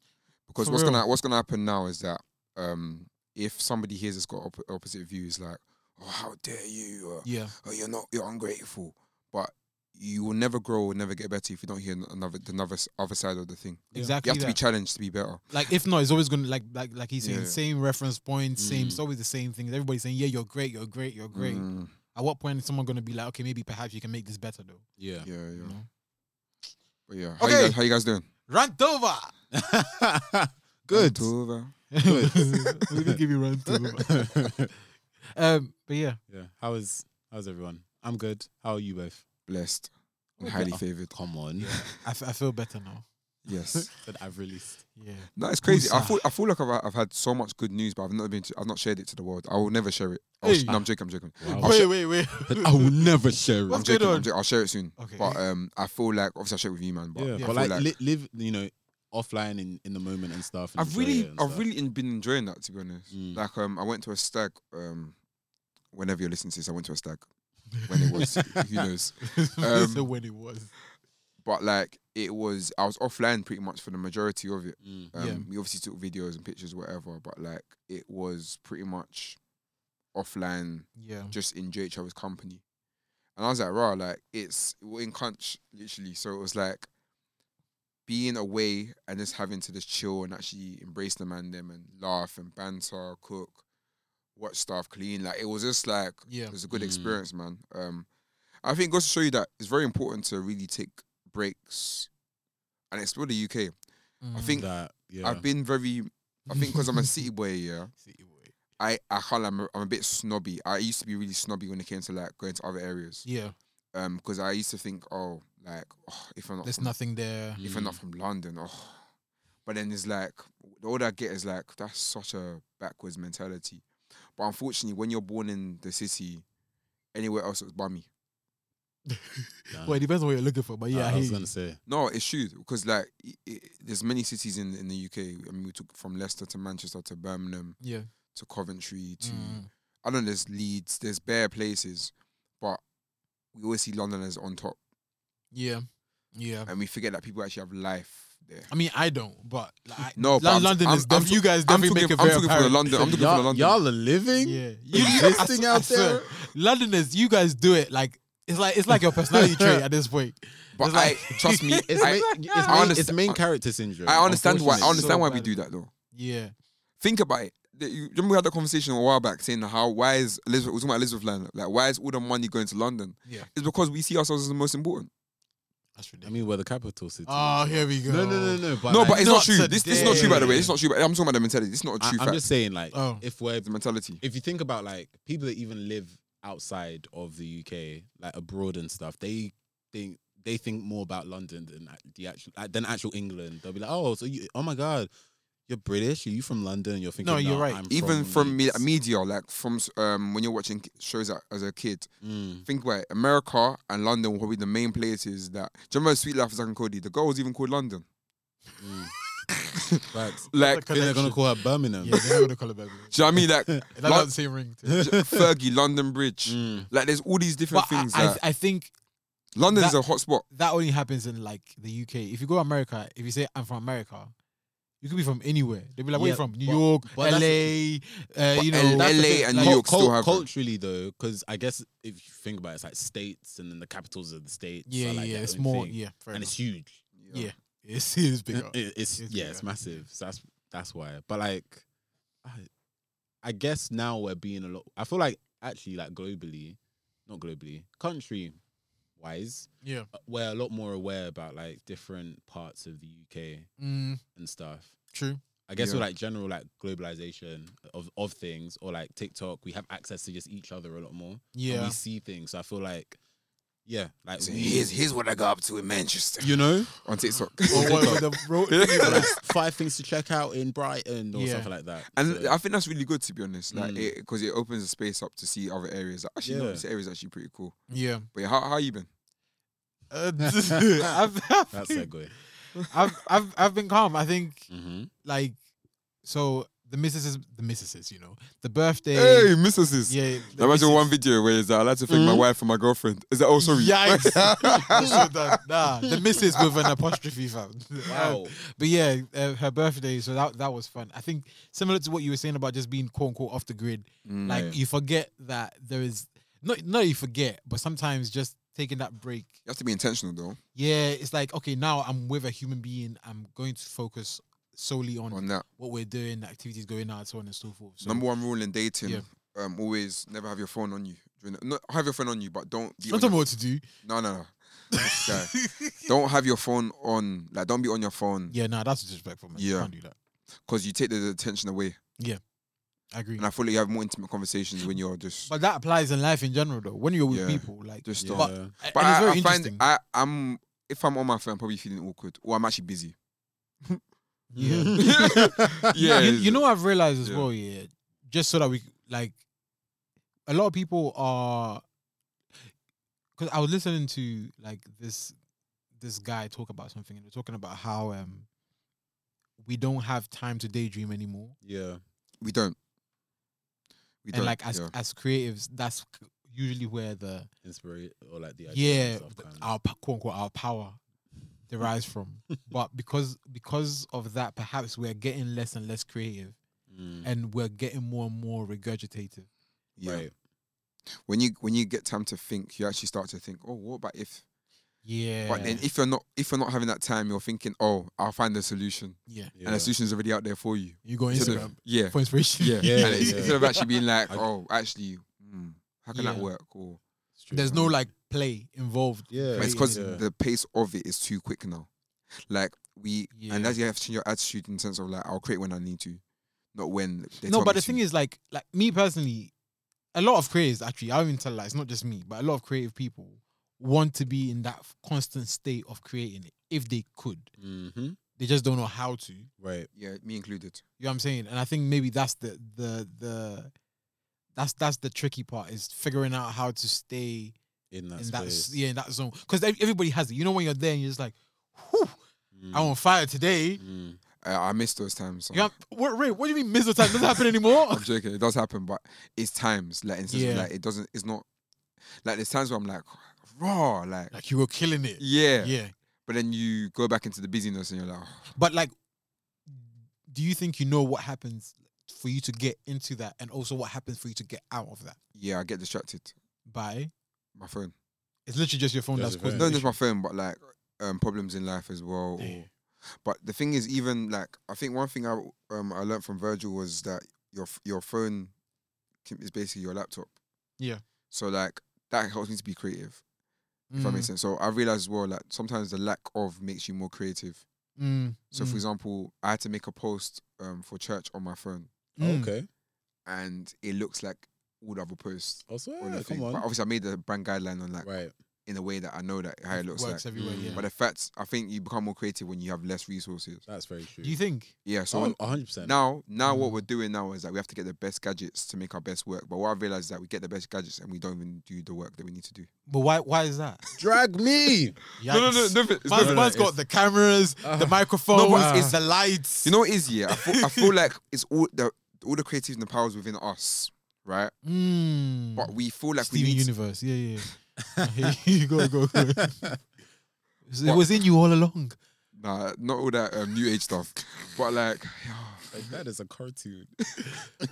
[SPEAKER 2] Because
[SPEAKER 4] For
[SPEAKER 2] what's
[SPEAKER 4] real.
[SPEAKER 2] gonna what's gonna happen now is that um, if somebody hears it's got op- opposite views, like, oh how dare you, uh,
[SPEAKER 4] Yeah,
[SPEAKER 2] oh you're not you're ungrateful, but you will never grow or never get better if you don't hear another the another s- other side of the thing.
[SPEAKER 4] exactly.
[SPEAKER 2] You have to be
[SPEAKER 4] that.
[SPEAKER 2] challenged to be better.
[SPEAKER 4] like if not, it's always gonna like like like he's saying
[SPEAKER 2] Yeah.
[SPEAKER 4] same reference points, same. It's
[SPEAKER 5] Mm.
[SPEAKER 4] always the same things. Everybody's saying, yeah, you're great, you're great, you're great.
[SPEAKER 2] Mm,
[SPEAKER 4] At what point is someone gonna be like, okay, maybe perhaps you can make this better though?
[SPEAKER 5] Yeah.
[SPEAKER 2] yeah,
[SPEAKER 4] You
[SPEAKER 2] yeah.
[SPEAKER 4] know?
[SPEAKER 2] But yeah. How, you
[SPEAKER 4] Okay.
[SPEAKER 2] guys, how you guys doing?
[SPEAKER 4] Rant over.
[SPEAKER 2] Rant over.
[SPEAKER 4] Let me give you rant over. um, but yeah,
[SPEAKER 5] yeah. How is how's everyone? I'm good. How are you both?
[SPEAKER 2] Blessed. and
[SPEAKER 5] Okay.
[SPEAKER 2] highly
[SPEAKER 5] Oh,
[SPEAKER 2] favored.
[SPEAKER 5] Come on.
[SPEAKER 4] I, f- I feel better now.
[SPEAKER 2] Yes.
[SPEAKER 5] that I've released.
[SPEAKER 4] Yeah,
[SPEAKER 2] No, it's crazy. I
[SPEAKER 4] Musa.
[SPEAKER 2] feel I feel like I've, I've had so much good news, but I've not been. To, I've not shared it to the world. I will never share it. I'll sh-
[SPEAKER 4] Hey.
[SPEAKER 2] no, I'm joking. I'm joking.
[SPEAKER 5] Wow.
[SPEAKER 2] I'll share-
[SPEAKER 4] wait, wait.
[SPEAKER 5] I will never share it.
[SPEAKER 2] I'm
[SPEAKER 4] What's
[SPEAKER 2] joking.
[SPEAKER 4] going
[SPEAKER 2] I'm
[SPEAKER 4] on?
[SPEAKER 2] joking. I'll share it soon.
[SPEAKER 4] Okay.
[SPEAKER 2] But um, I feel like obviously I share it with you, man. But
[SPEAKER 5] yeah,
[SPEAKER 2] I
[SPEAKER 5] but
[SPEAKER 2] feel
[SPEAKER 5] like,
[SPEAKER 2] like,
[SPEAKER 5] li- live, you know, offline in, in the moment and stuff. And
[SPEAKER 2] I've
[SPEAKER 5] enjoy it
[SPEAKER 2] really,
[SPEAKER 5] and
[SPEAKER 2] I've
[SPEAKER 5] stuff.
[SPEAKER 2] really in- been enjoying that to be honest.
[SPEAKER 5] Mm.
[SPEAKER 2] Like um, I went to a stag. Um, whenever you're listening to this, I went to a stag. When it was, who knows? Um,
[SPEAKER 4] so when it was,
[SPEAKER 2] But like it was, I was offline pretty much for the majority of it.
[SPEAKER 5] Mm.
[SPEAKER 2] Um,
[SPEAKER 4] Yeah.
[SPEAKER 2] We obviously took videos and pictures, whatever. But like it was pretty much offline.
[SPEAKER 4] yeah,
[SPEAKER 2] just enjoy each other's company. And I was like, raw, like it's we're in crunch, literally. So it was like being away and just having to just chill and actually embrace the man them and laugh and banter, cook, watch stuff, clean. Like it was just like
[SPEAKER 4] yeah,
[SPEAKER 2] it was a good
[SPEAKER 5] Mm.
[SPEAKER 2] experience, man. Um I think it goes to show you that it's very important to really take breaks and explore the UK.
[SPEAKER 4] Mm.
[SPEAKER 2] I think
[SPEAKER 5] that. Yeah.
[SPEAKER 2] I've been very I think because I'm a city boy, yeah. I I can't. lie, I'm a, I'm a bit snobby. I used to be really snobby when it came to like going to other areas.
[SPEAKER 4] Yeah,
[SPEAKER 2] Um, because I used to think, oh, like oh, if I'm not
[SPEAKER 4] there's
[SPEAKER 2] from,
[SPEAKER 4] nothing there.
[SPEAKER 2] if I'm not from London, oh. But then it's like all I get is like that's such a backwards mentality. But unfortunately, when you're born in the city, anywhere else it's bummy.
[SPEAKER 5] Nah.
[SPEAKER 4] Well, it depends on what you're looking for, but yeah,
[SPEAKER 5] Uh, I,
[SPEAKER 4] I hear
[SPEAKER 5] was
[SPEAKER 4] you.
[SPEAKER 5] gonna say.
[SPEAKER 2] No, it's true because like i i there's many cities in in the UK. I mean, we took from Leicester to Manchester to Birmingham
[SPEAKER 4] yeah.
[SPEAKER 2] to Coventry to
[SPEAKER 4] Mm.
[SPEAKER 2] I don't know, there's Leeds, there's bare places, but we always see London as on top.
[SPEAKER 4] Yeah, yeah.
[SPEAKER 2] And we forget that people actually have life there.
[SPEAKER 4] I mean, I don't, but like, I-
[SPEAKER 2] No, but
[SPEAKER 4] Lon-
[SPEAKER 2] I'm-
[SPEAKER 4] London
[SPEAKER 2] I'm-
[SPEAKER 4] is.
[SPEAKER 2] I'm
[SPEAKER 4] def-
[SPEAKER 2] talk-
[SPEAKER 4] you guys
[SPEAKER 2] I'm
[SPEAKER 4] definitely make
[SPEAKER 2] talking,
[SPEAKER 4] it
[SPEAKER 2] I'm
[SPEAKER 4] very
[SPEAKER 2] talking for the
[SPEAKER 4] apparent.
[SPEAKER 2] London. I'm talking for the London.
[SPEAKER 5] are living.
[SPEAKER 4] Yeah,
[SPEAKER 5] You
[SPEAKER 4] I
[SPEAKER 5] existing
[SPEAKER 4] swear-
[SPEAKER 5] out
[SPEAKER 4] I swear.
[SPEAKER 5] there?
[SPEAKER 4] London is. You guys do it like it's like it's like your personality trait at this point.
[SPEAKER 2] but
[SPEAKER 4] It's like-
[SPEAKER 2] I trust me,
[SPEAKER 5] It's,
[SPEAKER 2] I,
[SPEAKER 5] main, it's,
[SPEAKER 2] I
[SPEAKER 5] main,
[SPEAKER 2] understand-
[SPEAKER 5] it's main character syndrome.
[SPEAKER 2] I understand why. I
[SPEAKER 5] unfortunately.
[SPEAKER 2] understand
[SPEAKER 4] So
[SPEAKER 2] why we
[SPEAKER 4] bad.
[SPEAKER 2] do that though.
[SPEAKER 4] Yeah,
[SPEAKER 2] Think about it. The- you- Remember we had a conversation a while back saying how why is Elizabeth we were talking about Elizabeth Land like why is all the money going to London?
[SPEAKER 4] Yeah.
[SPEAKER 2] It's because we see ourselves as the most important.
[SPEAKER 4] that's
[SPEAKER 5] I
[SPEAKER 4] ridiculous.
[SPEAKER 5] mean, we're the capital city.
[SPEAKER 4] oh, here we go.
[SPEAKER 5] no, no, no, no. But
[SPEAKER 2] no,
[SPEAKER 5] like,
[SPEAKER 2] but it's not,
[SPEAKER 4] not
[SPEAKER 2] true. This, this is not true by the way. It's
[SPEAKER 4] today.
[SPEAKER 2] not true. But I'm talking about the mentality. This is not a
[SPEAKER 5] I,
[SPEAKER 2] true
[SPEAKER 5] I'm
[SPEAKER 2] fact.
[SPEAKER 5] just saying, like,
[SPEAKER 4] Oh.
[SPEAKER 5] if we're
[SPEAKER 2] it's the mentality.
[SPEAKER 5] if you think about like people that even live outside of the UK, like abroad and stuff, they think they think more about London than ac- the actual like, than actual England. They'll be like, oh, so you, oh my god, you're British, are you from London? You're thinking,
[SPEAKER 4] No, you're right.
[SPEAKER 5] I'm
[SPEAKER 2] Even from me-
[SPEAKER 5] Leeds."
[SPEAKER 2] media, like from s- um, when you're watching k- shows a- as a kid,
[SPEAKER 5] Mm.
[SPEAKER 2] think about it, America and London were probably the main places that. Do you remember Sweet Life of Zack and Cody? The girl was even called London.
[SPEAKER 5] mm, Facts.
[SPEAKER 2] Like, do
[SPEAKER 4] Connection.
[SPEAKER 2] you
[SPEAKER 5] Then they're gonna call her Birmingham.
[SPEAKER 4] Yeah, they're not gonna call it back.
[SPEAKER 2] know what I mean? Like,
[SPEAKER 4] That's not the same ring. Too.
[SPEAKER 2] Fergie, London Bridge.
[SPEAKER 5] Mm.
[SPEAKER 2] Like, there's all these different
[SPEAKER 4] But I,
[SPEAKER 2] things.
[SPEAKER 4] I,
[SPEAKER 2] that-
[SPEAKER 4] I think
[SPEAKER 2] London is
[SPEAKER 4] that-
[SPEAKER 2] a hotspot.
[SPEAKER 4] that only happens in like the UK. If you go to America, if you say I'm from America, You could be from anywhere. They'd be like, where
[SPEAKER 5] Yeah,
[SPEAKER 4] you from? New
[SPEAKER 5] but-
[SPEAKER 4] York,
[SPEAKER 5] but that's-
[SPEAKER 4] LA, uh, you
[SPEAKER 2] but
[SPEAKER 4] know.
[SPEAKER 2] LA
[SPEAKER 5] That's the thing,
[SPEAKER 2] and
[SPEAKER 5] like,
[SPEAKER 2] New York
[SPEAKER 5] cul-
[SPEAKER 2] still have it.
[SPEAKER 5] culturally though, because I guess if you think about it, it's like states and then the capitals of the states.
[SPEAKER 4] yeah,
[SPEAKER 5] are,
[SPEAKER 4] yeah,
[SPEAKER 5] like,
[SPEAKER 4] yeah.
[SPEAKER 5] their
[SPEAKER 4] It's
[SPEAKER 5] own
[SPEAKER 4] more,
[SPEAKER 5] thing.
[SPEAKER 4] yeah, fair
[SPEAKER 5] and
[SPEAKER 4] enough.
[SPEAKER 5] it's huge.
[SPEAKER 4] Yeah. It's, it's bigger.
[SPEAKER 5] It- it's,
[SPEAKER 4] It's
[SPEAKER 5] yeah, it's
[SPEAKER 4] bigger.
[SPEAKER 5] massive. So that's that's why. But like, I, I guess now we're being a lot. I feel like actually, like globally, not globally, country wise,
[SPEAKER 4] Yeah.
[SPEAKER 5] we're a lot more aware about like different parts of the UK
[SPEAKER 4] Mm,
[SPEAKER 5] and stuff.
[SPEAKER 4] true.
[SPEAKER 5] I guess with
[SPEAKER 2] Yeah.
[SPEAKER 5] like general like globalization of of things or like TikTok, we have access to just each other a lot more. and
[SPEAKER 4] Yeah.
[SPEAKER 5] we see things. So I feel like, yeah, like
[SPEAKER 2] So
[SPEAKER 5] we-
[SPEAKER 2] here's here's what I got up to in Manchester
[SPEAKER 5] you Oh, know.
[SPEAKER 2] on TikTok.
[SPEAKER 4] Or what, with the bro-
[SPEAKER 5] like, five things to check out in Brighton or
[SPEAKER 4] Yeah.
[SPEAKER 5] something like that.
[SPEAKER 2] And
[SPEAKER 5] So-
[SPEAKER 2] I think that's really good to be honest, like
[SPEAKER 5] Mm.
[SPEAKER 2] because it, opens the space up to see other areas. Actually, no,
[SPEAKER 5] Yeah.
[SPEAKER 2] this area is actually pretty cool.
[SPEAKER 4] yeah.
[SPEAKER 2] But yeah, how how you been?
[SPEAKER 4] Uh, I've, I've,
[SPEAKER 5] that's segue.
[SPEAKER 4] I've, I've, I've been calm. I think,
[SPEAKER 5] Mm-hmm.
[SPEAKER 4] like, so the missus is the missus is, you know, the birthday.
[SPEAKER 2] Hey, missuses.
[SPEAKER 4] yeah. the Mm-hmm.
[SPEAKER 2] Imagine
[SPEAKER 4] missus-
[SPEAKER 2] one video where it's like, I like to thank my
[SPEAKER 5] Mm.
[SPEAKER 2] wife and my girlfriend. Is that oh sorry?
[SPEAKER 4] Yikes. I'm so done. Nah, Ah, the missus with an apostrophe, fam. Uh,
[SPEAKER 5] Wow.
[SPEAKER 4] But yeah, uh, her birthday, so that that was fun. I think similar to what you were saying about just being quote unquote off the grid,
[SPEAKER 2] Mm.
[SPEAKER 4] like
[SPEAKER 5] Yeah.
[SPEAKER 4] you forget that there is not not you forget, but sometimes just taking that break.
[SPEAKER 2] You have to be intentional though
[SPEAKER 4] Yeah, it's like okay, now I'm with a human being. I'm going to focus solely on
[SPEAKER 2] on that.
[SPEAKER 4] what we're doing, the activities going on, so on and so forth. So,
[SPEAKER 2] Number one rule in dating:
[SPEAKER 4] Yeah.
[SPEAKER 2] um, always never have your phone on you. During the, not have your phone on you, Mm. but don't be.
[SPEAKER 4] I'm
[SPEAKER 2] On
[SPEAKER 4] talking
[SPEAKER 2] your,
[SPEAKER 4] about what to do.
[SPEAKER 2] no, no, no. This guy. don't have your phone on. Like, don't be on your phone
[SPEAKER 4] Yeah, nah, that's disrespectful, man. You
[SPEAKER 2] Yeah.
[SPEAKER 4] can't do that.
[SPEAKER 2] because you take the attention away.
[SPEAKER 4] I agree.
[SPEAKER 2] And I feel like you have more intimate conversations when you're just.
[SPEAKER 4] But that applies in life in general, though. When you're with
[SPEAKER 2] Yeah.
[SPEAKER 4] people, like,
[SPEAKER 2] Just
[SPEAKER 5] Yeah.
[SPEAKER 2] don't.
[SPEAKER 4] but, and
[SPEAKER 2] But
[SPEAKER 4] it's
[SPEAKER 2] I,
[SPEAKER 4] very
[SPEAKER 2] I
[SPEAKER 4] interesting.
[SPEAKER 2] find I, I'm if I'm on my phone, I'm probably feeling awkward, or I'm actually busy. yeah,
[SPEAKER 4] you, you know what I've realized as
[SPEAKER 2] Yeah.
[SPEAKER 4] well, yeah. Just so that we like, a lot of people are, because I was listening to like this, this guy talk about something, and they're talking about how um, we don't have time to daydream anymore,
[SPEAKER 5] yeah.
[SPEAKER 2] we don't. We
[SPEAKER 4] and like as
[SPEAKER 2] yeah.
[SPEAKER 4] as creatives, that's c- usually where the
[SPEAKER 5] Inspirate or like the
[SPEAKER 4] yeah
[SPEAKER 5] ideas and stuff,
[SPEAKER 4] th-
[SPEAKER 5] kinda.
[SPEAKER 4] our p- quote unquote our power derives from, but because because of that, perhaps we're getting less and less creative,
[SPEAKER 5] Mm,
[SPEAKER 4] and we're getting more and more regurgitative.
[SPEAKER 2] yeah.
[SPEAKER 5] Right.
[SPEAKER 2] When you when you get time to think, you actually start to think, oh, what about if?
[SPEAKER 4] Yeah.
[SPEAKER 2] But then if you're not if you're not having that time, you're thinking, oh, I'll find a solution,
[SPEAKER 4] yeah.
[SPEAKER 2] and
[SPEAKER 5] Yeah.
[SPEAKER 2] the solution's already out there for you.
[SPEAKER 4] You go on
[SPEAKER 2] Instead
[SPEAKER 4] Instagram
[SPEAKER 2] of, yeah,
[SPEAKER 4] for inspiration.
[SPEAKER 2] yeah.
[SPEAKER 5] Yeah,
[SPEAKER 2] And it's-
[SPEAKER 5] yeah.
[SPEAKER 2] Instead of actually being like,
[SPEAKER 5] I-
[SPEAKER 2] oh, actually, hmm, how can that
[SPEAKER 4] Yeah.
[SPEAKER 2] work? Or
[SPEAKER 5] It's true.
[SPEAKER 4] There's no like play involved.
[SPEAKER 5] Yeah.
[SPEAKER 2] But
[SPEAKER 5] Right,
[SPEAKER 2] it's because
[SPEAKER 5] yeah.
[SPEAKER 2] the pace of it is too quick now. Like we, and
[SPEAKER 4] Yeah.
[SPEAKER 2] as you have to change your attitude in terms of like, I'll create when I need to, not when. They
[SPEAKER 4] no,
[SPEAKER 2] tell
[SPEAKER 4] but
[SPEAKER 2] me
[SPEAKER 4] the
[SPEAKER 2] to.
[SPEAKER 4] thing is, like, like me personally, a lot of creators actually, I don't even tell like it's not just me, but a lot of creative people want to be in that f- constant state of creating it if they could.
[SPEAKER 5] Mhm.
[SPEAKER 4] They just don't know how to. You
[SPEAKER 5] Right.
[SPEAKER 2] yeah, me included.
[SPEAKER 4] know what I'm saying? And I think maybe that's the the the that's that's the tricky part is figuring out how to stay
[SPEAKER 5] In that
[SPEAKER 4] in that
[SPEAKER 5] space.
[SPEAKER 4] s- yeah in that zone because everybody has it. You know when you're there and you're just like, whew,
[SPEAKER 5] Mm,
[SPEAKER 4] I'm on fire today.
[SPEAKER 5] mm.
[SPEAKER 2] I, I miss those times. so-
[SPEAKER 4] You have, what, Ray, what do you mean missile time doesn't happen anymore?
[SPEAKER 2] I'm joking. It does happen, but it's times like instance,
[SPEAKER 4] Yeah.
[SPEAKER 2] like it doesn't. It's not like there's times where I'm like raw, like,
[SPEAKER 4] like you were killing it.
[SPEAKER 2] yeah.
[SPEAKER 4] Yeah.
[SPEAKER 2] But then you go back into the busyness and you're like, oh,
[SPEAKER 4] But like, do you think you know what happens for you to get into that, and also what happens for you to get out of that?
[SPEAKER 2] yeah, I get distracted.
[SPEAKER 4] By
[SPEAKER 2] My phone.
[SPEAKER 4] it's literally just your phone
[SPEAKER 5] Just
[SPEAKER 4] that's
[SPEAKER 5] your
[SPEAKER 4] causing.
[SPEAKER 5] phone.
[SPEAKER 2] No,
[SPEAKER 4] the
[SPEAKER 2] just my
[SPEAKER 4] issue.
[SPEAKER 2] phone, but like um, problems in life as well.
[SPEAKER 4] Yeah.
[SPEAKER 2] Or,
[SPEAKER 5] Oh.
[SPEAKER 2] but the thing is, even like I think one thing I um, I learned from Virgil was that your f- your phone can- is basically your laptop.
[SPEAKER 4] Yeah.
[SPEAKER 2] So like that helps me to be creative, if that
[SPEAKER 4] Mm,
[SPEAKER 2] makes sense. So I realized as well like sometimes the lack of makes you more creative.
[SPEAKER 4] mm,
[SPEAKER 2] So for example, I had to make a post um, for church on my phone,
[SPEAKER 4] mm,
[SPEAKER 5] Okay.
[SPEAKER 2] and it looks like all the other posts.
[SPEAKER 5] Also,
[SPEAKER 2] on the
[SPEAKER 5] Oh, yeah,
[SPEAKER 2] thing.
[SPEAKER 5] come
[SPEAKER 2] But
[SPEAKER 5] on.
[SPEAKER 2] obviously, I made the brand guideline on like
[SPEAKER 5] Right.
[SPEAKER 2] in a way that I know that how it looks
[SPEAKER 4] works
[SPEAKER 2] like.
[SPEAKER 4] everywhere.
[SPEAKER 5] Mm.
[SPEAKER 4] Yeah.
[SPEAKER 2] But the fact I think you become more creative when you have less resources.
[SPEAKER 5] That's very true.
[SPEAKER 4] do you think?
[SPEAKER 2] Yeah. So
[SPEAKER 5] so? 100. percent
[SPEAKER 2] now, now what
[SPEAKER 4] Oh, Mm.
[SPEAKER 2] we're doing now is that we have to get the best gadgets to make our best work. But what I realized is that we get the best gadgets and we don't even do the work that we need to do.
[SPEAKER 4] But why? Why is that?
[SPEAKER 5] Drag me.
[SPEAKER 4] Yikes.
[SPEAKER 2] it's
[SPEAKER 4] Man's,
[SPEAKER 5] no, no,
[SPEAKER 4] man's got
[SPEAKER 5] it's-
[SPEAKER 4] the cameras, the
[SPEAKER 5] Ah.
[SPEAKER 4] microphones,
[SPEAKER 2] but
[SPEAKER 4] it's the lights.
[SPEAKER 2] You know what it is? Yeah, I feel, I feel like it's all the all the creativity and the powers within us, right?
[SPEAKER 4] mm.
[SPEAKER 2] But we feel like
[SPEAKER 4] Steven
[SPEAKER 2] we need. to-
[SPEAKER 4] Universe. Yeah, yeah. go, go, go. It
[SPEAKER 2] What?
[SPEAKER 4] was in you all along.
[SPEAKER 2] Nah, not all that um, new age stuff. But like,
[SPEAKER 5] Like, that is a cartoon.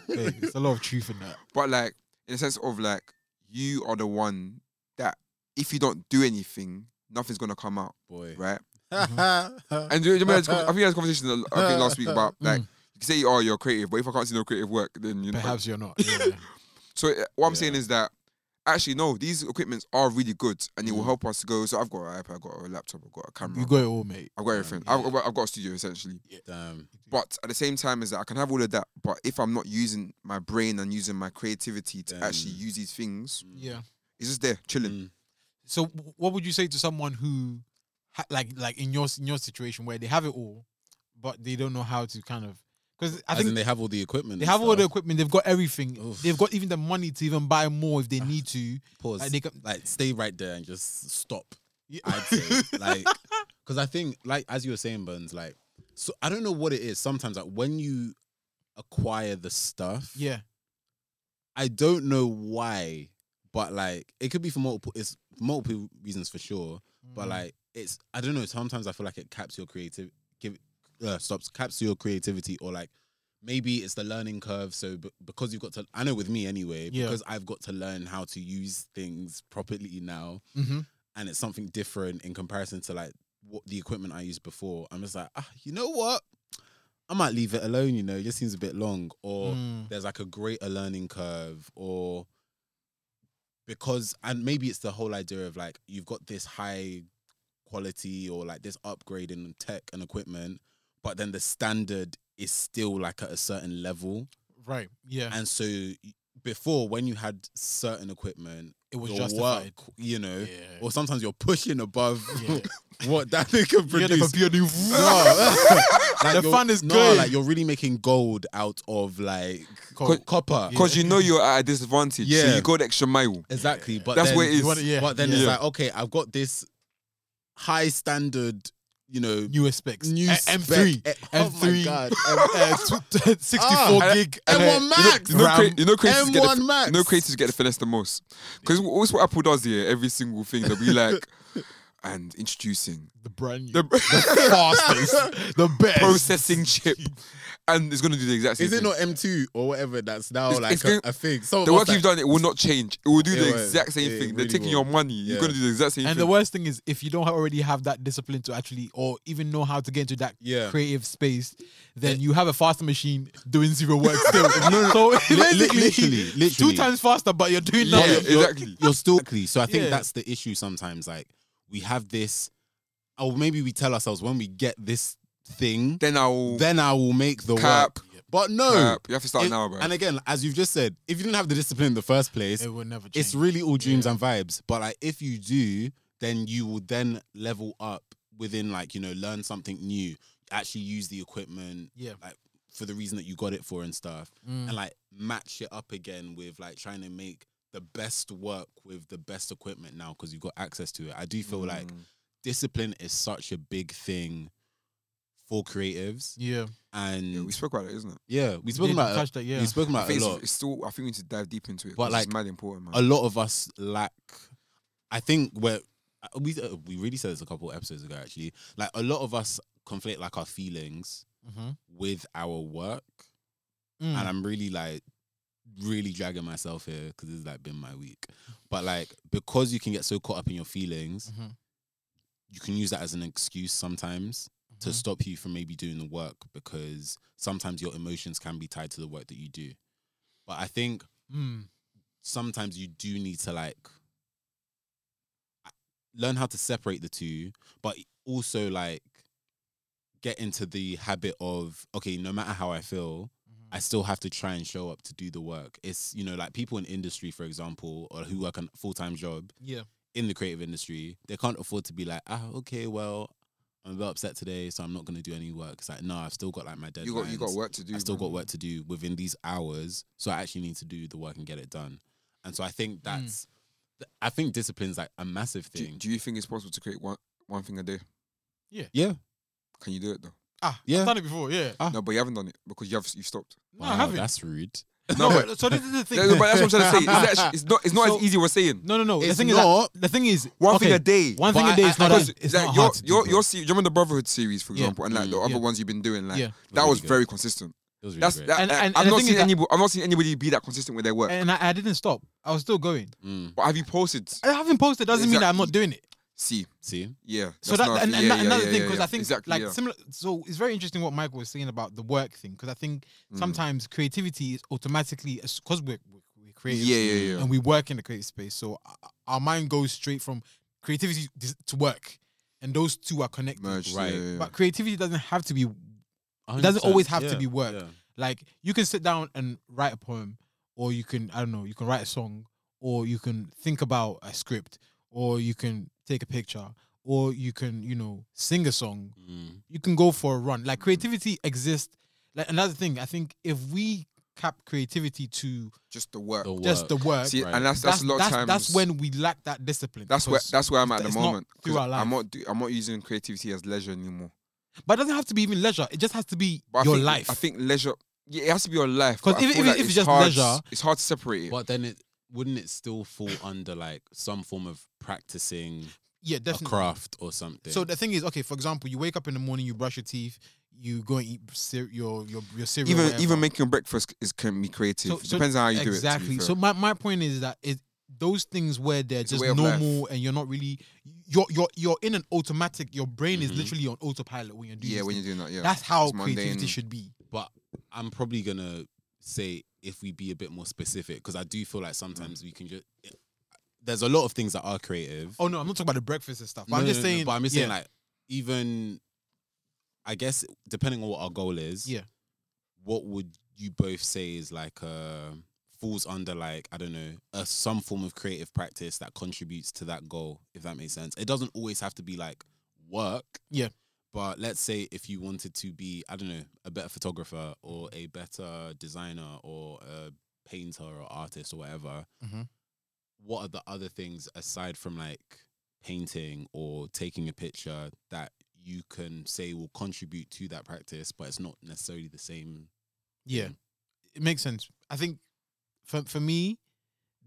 [SPEAKER 4] Hey, There's a lot of truth in that.
[SPEAKER 2] but like in the sense of like, you are the one that if you don't do anything, nothing's gonna come out,
[SPEAKER 5] Boy.
[SPEAKER 2] right?
[SPEAKER 4] Mm-hmm.
[SPEAKER 2] And do you remember? this- I think we had this conversation uh, I think last week about like you can say, "Oh, you're creative," but if I can't see no creative work, then you know.
[SPEAKER 4] Mm. Perhaps you're not. Yeah.
[SPEAKER 2] So uh, what I'm
[SPEAKER 5] Yeah.
[SPEAKER 2] saying is that actually no, these equipments are really good and it will help us to go. So I've got an iPad, I've got a laptop, I've got a camera,
[SPEAKER 4] Mm. you got it all, mate.
[SPEAKER 2] I've got everything. I've, got, I've got a studio essentially.
[SPEAKER 5] Damn.
[SPEAKER 2] But at the same time, is that I can have all of that, but if I'm not using my brain and using my creativity to actually
[SPEAKER 5] Then-
[SPEAKER 2] use these things,
[SPEAKER 4] Yeah.
[SPEAKER 2] it's just there chilling.
[SPEAKER 5] Mm.
[SPEAKER 4] So, w- what would you say to someone who, ha- like, like in your s- in your situation where they have it all, but they don't know how to kind of because I
[SPEAKER 5] As in
[SPEAKER 4] think
[SPEAKER 5] they have all the equipment.
[SPEAKER 4] they
[SPEAKER 5] and
[SPEAKER 4] have all the
[SPEAKER 5] stuff.
[SPEAKER 4] equipment, they've got everything,
[SPEAKER 5] Oof. Ah,
[SPEAKER 4] they've got even the money to even buy more if they need to.
[SPEAKER 5] Pause.
[SPEAKER 4] Like,
[SPEAKER 5] Like,
[SPEAKER 4] they can-
[SPEAKER 5] stay right there and just stop.
[SPEAKER 4] Yeah.
[SPEAKER 5] I'd say, like, because I think, like, as you were saying, Burns, like, so I don't know what it is. Sometimes, like, when you acquire the stuff,
[SPEAKER 4] Yeah,
[SPEAKER 5] I don't know why, but like, it could be for multiple. It's multiple reasons for sure,
[SPEAKER 4] Mm.
[SPEAKER 5] but like, it's I don't know. Sometimes I feel like it caps your creative, give, uh, stops caps your creativity, or like. Maybe it's the learning curve. So, b- because you've got to, I know with me anyway,
[SPEAKER 4] Yeah.
[SPEAKER 5] because I've got to learn how to use things properly now
[SPEAKER 4] hmm
[SPEAKER 5] and it's something different in comparison to like what the equipment I used before, I'm just like, ah, you know what? I might leave it alone, you know, it just seems a bit long. Or
[SPEAKER 4] Mm-hmm.
[SPEAKER 5] there's like a greater learning curve, or because and maybe it's the whole idea of like you've got this high quality or like this upgrade in tech and equipment, but then the standard is still like at a certain level.
[SPEAKER 4] right. Yeah,
[SPEAKER 5] And so before when you had certain equipment,
[SPEAKER 4] it was
[SPEAKER 5] your
[SPEAKER 4] justified.
[SPEAKER 5] work, you know,
[SPEAKER 4] Yeah.
[SPEAKER 5] or sometimes you're pushing above
[SPEAKER 4] Yeah.
[SPEAKER 5] what that nigga
[SPEAKER 4] You're the
[SPEAKER 5] produced.
[SPEAKER 4] computer.
[SPEAKER 5] No. Like,
[SPEAKER 4] The
[SPEAKER 5] you're-
[SPEAKER 4] fun is
[SPEAKER 5] no,
[SPEAKER 4] good.
[SPEAKER 5] Like you're really making gold out of like
[SPEAKER 4] Cool.
[SPEAKER 5] copper.
[SPEAKER 4] Yeah.
[SPEAKER 2] Because you know you're at a disadvantage, so
[SPEAKER 5] Yeah.
[SPEAKER 2] you go the extra mile.
[SPEAKER 5] Exactly, but
[SPEAKER 2] That's
[SPEAKER 5] then,
[SPEAKER 2] where it is.
[SPEAKER 4] You wanna- yeah.
[SPEAKER 5] But then it's
[SPEAKER 2] Yeah.
[SPEAKER 5] like, okay, I've got this high standard, you know,
[SPEAKER 4] Newer specs.
[SPEAKER 5] new
[SPEAKER 4] A-
[SPEAKER 5] spec.
[SPEAKER 4] M3,
[SPEAKER 5] Eh, Oh my
[SPEAKER 4] M3.
[SPEAKER 5] god,
[SPEAKER 4] uh, tw- 64
[SPEAKER 2] Ah.
[SPEAKER 4] gig.
[SPEAKER 5] M1
[SPEAKER 4] uh,
[SPEAKER 5] Max.
[SPEAKER 2] You know,
[SPEAKER 4] RAM.
[SPEAKER 2] crea- you know creators get
[SPEAKER 5] M1
[SPEAKER 2] the,
[SPEAKER 5] Max.
[SPEAKER 2] You know creators get the finesse the most. Because what's what Apple does here? Every single thing they'll be like, and introducing
[SPEAKER 4] the brand new,
[SPEAKER 2] the
[SPEAKER 4] fastest, the best.
[SPEAKER 2] processing chip, and it's gonna do the exact same.
[SPEAKER 5] is it
[SPEAKER 2] thing.
[SPEAKER 5] not M2 or whatever that's now
[SPEAKER 2] It's-
[SPEAKER 5] like
[SPEAKER 2] it's
[SPEAKER 5] a,
[SPEAKER 2] going-
[SPEAKER 5] a thing? Some
[SPEAKER 2] the
[SPEAKER 5] of us,
[SPEAKER 2] work
[SPEAKER 5] like,
[SPEAKER 2] you've done, it will not change. It will do
[SPEAKER 5] It
[SPEAKER 2] the
[SPEAKER 5] won't.
[SPEAKER 2] exact same
[SPEAKER 5] It
[SPEAKER 2] thing. They're
[SPEAKER 5] really
[SPEAKER 2] taking your
[SPEAKER 5] won't.
[SPEAKER 2] money. You're
[SPEAKER 5] Yeah.
[SPEAKER 2] gonna do the exact same
[SPEAKER 4] And
[SPEAKER 2] thing.
[SPEAKER 4] the worst thing is, if you don't already have that discipline to actually, or even know how to get into that
[SPEAKER 5] Yeah. Eh.
[SPEAKER 4] creative space, then you have a faster machine doing zero work still. so basically,
[SPEAKER 5] literally,
[SPEAKER 4] two
[SPEAKER 5] literally.
[SPEAKER 4] times faster, but you're doing
[SPEAKER 5] No,
[SPEAKER 2] Yeah,
[SPEAKER 5] you're,
[SPEAKER 4] nothing.
[SPEAKER 5] you're-
[SPEAKER 2] exactly.
[SPEAKER 5] You're still So I think
[SPEAKER 4] Yeah.
[SPEAKER 5] that's the issue sometimes. Like we have this, or maybe we tell ourselves when we get this thing,
[SPEAKER 2] then I'll
[SPEAKER 5] then I will make the
[SPEAKER 2] Cap.
[SPEAKER 5] work. But no,
[SPEAKER 2] cap. You have to start
[SPEAKER 5] it-
[SPEAKER 2] now, bro.
[SPEAKER 5] and again, as you've just said, if you didn't have the discipline in the first place,
[SPEAKER 4] It will never change.
[SPEAKER 5] it's really all dreams and vibes. But like if you do, then you will then level up within like you know learn something new, actually use the equipment,
[SPEAKER 4] Yeah.
[SPEAKER 5] like for the reason that you got it for and stuff
[SPEAKER 4] Mm.
[SPEAKER 5] and like match it up again with like trying to make the best work with the best equipment now because you've got access to it. I do feel
[SPEAKER 2] Mm.
[SPEAKER 5] like discipline is such a big thing for creatives,
[SPEAKER 4] yeah.
[SPEAKER 5] and
[SPEAKER 2] Yeah, we spoke about it, isn't it?
[SPEAKER 5] yeah, we spoke
[SPEAKER 4] They
[SPEAKER 5] about
[SPEAKER 4] touched
[SPEAKER 5] it.
[SPEAKER 4] that, yeah.
[SPEAKER 5] we spoke
[SPEAKER 2] I
[SPEAKER 5] about it
[SPEAKER 2] think
[SPEAKER 5] a
[SPEAKER 2] it's,
[SPEAKER 5] lot.
[SPEAKER 2] it's still. I think we need to dive deep into it.
[SPEAKER 5] But,
[SPEAKER 2] 'cause it's
[SPEAKER 5] like,
[SPEAKER 2] mad important, man.
[SPEAKER 5] A lot of us lack. I think we're we uh, we really said this a couple episodes ago actually. Like a lot of us conflate like our feelings
[SPEAKER 4] Mhm.
[SPEAKER 5] with our work.
[SPEAKER 4] Mm.
[SPEAKER 5] and I'm really like really dragging myself here because this has like been my week. But like because you can get so caught up in your feelings,
[SPEAKER 4] Mhm.
[SPEAKER 5] you can use that as an excuse sometimes to
[SPEAKER 4] Mhm.
[SPEAKER 5] stop you from maybe doing the work because sometimes your emotions can be tied to the work that you do. But I think
[SPEAKER 4] Mm.
[SPEAKER 5] sometimes you do need to like learn how to separate the two, but also like get into the habit of okay, no matter how I feel,
[SPEAKER 2] Mm-hmm.
[SPEAKER 5] I still have to try and show up to do the work. It's you know like people in industry, for example, or who work a full time job
[SPEAKER 4] Yeah.
[SPEAKER 5] in the creative industry, they can't afford to be like ah okay, well I'm a bit upset today, so I'm not going to do any work. It's like no, I've still got like my deadlines.
[SPEAKER 2] you got you got work to do.
[SPEAKER 5] I still
[SPEAKER 2] bro.
[SPEAKER 4] Mm-hmm.
[SPEAKER 5] got work to do within these hours, so I actually need to do the work and get it done. And so I
[SPEAKER 4] Mm.
[SPEAKER 5] think that's, th- I think discipline's like a massive
[SPEAKER 2] Do, you-
[SPEAKER 5] thing.
[SPEAKER 2] do you think it's possible to create one one thing a day?
[SPEAKER 5] yeah,
[SPEAKER 2] Can you do it though?
[SPEAKER 4] Ah,
[SPEAKER 5] Yeah.
[SPEAKER 4] I've done it before. Yeah.
[SPEAKER 5] Ah.
[SPEAKER 2] No, but you haven't done it because you have you have stopped.
[SPEAKER 4] No, I haven't.
[SPEAKER 5] That's rude.
[SPEAKER 2] No, but,
[SPEAKER 4] so this is the thing.
[SPEAKER 2] no, but that's what I'm trying to say. It's, actually, it's not. It's not
[SPEAKER 4] So-
[SPEAKER 2] as easy. as We're saying
[SPEAKER 4] No, no, no.
[SPEAKER 5] It's
[SPEAKER 4] the thing
[SPEAKER 5] not.
[SPEAKER 4] is, that, the thing is,
[SPEAKER 2] one thing
[SPEAKER 4] okay,
[SPEAKER 2] a day.
[SPEAKER 4] One
[SPEAKER 5] But
[SPEAKER 4] thing
[SPEAKER 5] I-
[SPEAKER 4] a day
[SPEAKER 5] I-
[SPEAKER 4] is not.
[SPEAKER 5] because
[SPEAKER 4] a- It's
[SPEAKER 2] like
[SPEAKER 4] not
[SPEAKER 2] your
[SPEAKER 4] hard to do,
[SPEAKER 2] your
[SPEAKER 4] bro.
[SPEAKER 2] your se- do you remember the Brotherhood series, for
[SPEAKER 4] Yeah.
[SPEAKER 2] example, and like the other
[SPEAKER 4] yeah.
[SPEAKER 2] ones you've been doing, like
[SPEAKER 4] Yeah.
[SPEAKER 2] that
[SPEAKER 5] Really
[SPEAKER 2] was
[SPEAKER 5] good.
[SPEAKER 2] very consistent.
[SPEAKER 5] It was really
[SPEAKER 2] That's
[SPEAKER 5] great.
[SPEAKER 2] that,
[SPEAKER 4] And-
[SPEAKER 2] like,
[SPEAKER 4] and-
[SPEAKER 2] I've
[SPEAKER 4] and the
[SPEAKER 2] not
[SPEAKER 4] thing
[SPEAKER 2] seen
[SPEAKER 4] is that-
[SPEAKER 2] any. I've not seen anybody be that consistent with their work.
[SPEAKER 4] and I, I didn't stop. I was still going.
[SPEAKER 5] Mm,
[SPEAKER 2] but have you posted?
[SPEAKER 4] I haven't posted doesn't mean that I'm not doing it.
[SPEAKER 2] See,
[SPEAKER 5] see,
[SPEAKER 2] yeah.
[SPEAKER 4] So
[SPEAKER 2] that's another
[SPEAKER 4] that, and,
[SPEAKER 2] thing.
[SPEAKER 4] and
[SPEAKER 2] Yeah,
[SPEAKER 4] that-
[SPEAKER 2] yeah,
[SPEAKER 4] another
[SPEAKER 2] yeah,
[SPEAKER 4] thing
[SPEAKER 2] yeah,
[SPEAKER 4] because
[SPEAKER 2] yeah.
[SPEAKER 4] I think
[SPEAKER 2] exactly,
[SPEAKER 4] like
[SPEAKER 2] yeah.
[SPEAKER 4] similar. So it's very interesting what Michael was saying about the work thing because I think
[SPEAKER 2] Mm.
[SPEAKER 4] sometimes creativity is automatically because we're we're we're creative
[SPEAKER 2] Yeah, yeah, yeah.
[SPEAKER 4] and we work in the creative space. So o- our mind goes straight from creativity dis- to work, and those two are connected.
[SPEAKER 2] Merged,
[SPEAKER 5] Right.
[SPEAKER 2] yeah, yeah,
[SPEAKER 4] But creativity doesn't have to be
[SPEAKER 5] 100%.
[SPEAKER 4] doesn't always have to
[SPEAKER 5] Yeah,
[SPEAKER 4] be work.
[SPEAKER 5] yeah.
[SPEAKER 4] Like you can sit down and write a poem, or you can I don't know, you can write a song, or you can think about a script, or you can take a picture, or you can you know sing a song.
[SPEAKER 5] Mm,
[SPEAKER 4] You can go for a run. Like creativity exists. Like another thing, I think if we cap creativity to
[SPEAKER 2] Just the work.
[SPEAKER 5] the work.
[SPEAKER 4] just the work,
[SPEAKER 2] See,
[SPEAKER 5] Right.
[SPEAKER 2] and that's that's a lot of
[SPEAKER 4] that's,
[SPEAKER 2] times.
[SPEAKER 4] that's when we lack that discipline.
[SPEAKER 2] That's where
[SPEAKER 4] because-
[SPEAKER 2] that's where I'm at at the
[SPEAKER 4] it's not
[SPEAKER 2] moment. 'cause
[SPEAKER 4] through our life.
[SPEAKER 2] I'm not do, I'm not using creativity as leisure anymore.
[SPEAKER 4] but it doesn't have to be even leisure. It just has to be
[SPEAKER 2] But I
[SPEAKER 4] your
[SPEAKER 2] think,
[SPEAKER 4] life.
[SPEAKER 2] I think leisure. Yeah, it has to be your life.
[SPEAKER 4] 'Cause
[SPEAKER 2] but I
[SPEAKER 4] if-
[SPEAKER 2] feel
[SPEAKER 4] if-
[SPEAKER 2] like
[SPEAKER 4] if it's just
[SPEAKER 2] hard,
[SPEAKER 4] leisure-
[SPEAKER 2] it's hard to separate it.
[SPEAKER 5] But then it wouldn't it still fall under like some form of practicing
[SPEAKER 4] yeah, definitely.
[SPEAKER 5] a craft or something?
[SPEAKER 4] So the thing is, okay, for example, you wake up in the morning, you brush your teeth, you go and eat cer- your your your cereal.
[SPEAKER 2] even
[SPEAKER 4] whatever.
[SPEAKER 2] even making breakfast is can be creative.
[SPEAKER 4] So- so-
[SPEAKER 2] Depends on how you do it. to be
[SPEAKER 4] exactly.
[SPEAKER 2] fair.
[SPEAKER 4] So my, my point is that it those things where they're
[SPEAKER 2] a
[SPEAKER 4] just
[SPEAKER 2] way of life.
[SPEAKER 4] normal and you're not really you're you're you're in an automatic. Your brain
[SPEAKER 5] Mhm.
[SPEAKER 4] is literally on autopilot when you're doing.
[SPEAKER 2] Mm-hmm. yeah,
[SPEAKER 4] these
[SPEAKER 2] when you're
[SPEAKER 4] things.
[SPEAKER 2] doing that, yeah,
[SPEAKER 4] That's how
[SPEAKER 2] It's mundane.
[SPEAKER 4] creativity should be.
[SPEAKER 5] but I'm probably gonna say if we be a bit more specific because I do feel
[SPEAKER 4] Mm.
[SPEAKER 5] like sometimes we can just. There's a lot of things that are creative.
[SPEAKER 4] Oh no, I'm not talking about the breakfast and stuff. But
[SPEAKER 5] No,
[SPEAKER 4] I'm
[SPEAKER 5] no,
[SPEAKER 4] just
[SPEAKER 5] no, no,
[SPEAKER 4] saying.
[SPEAKER 5] but I'm just saying
[SPEAKER 4] yeah.
[SPEAKER 5] like even, I guess depending on what our goal is.
[SPEAKER 4] Yeah.
[SPEAKER 5] What would you both say is like uh falls under like I don't know a, some form of creative practice that contributes to that goal if that makes sense. It doesn't always have to be like work.
[SPEAKER 4] Yeah.
[SPEAKER 5] But let's say if you wanted to be I don't know a better photographer or a better designer or a painter or artist or whatever.
[SPEAKER 4] Mhm.
[SPEAKER 5] What are the other things aside from like painting or taking a picture that you can say will contribute to that practice, but it's not necessarily the same.
[SPEAKER 4] Yeah, Mm. it makes sense. I think for for me,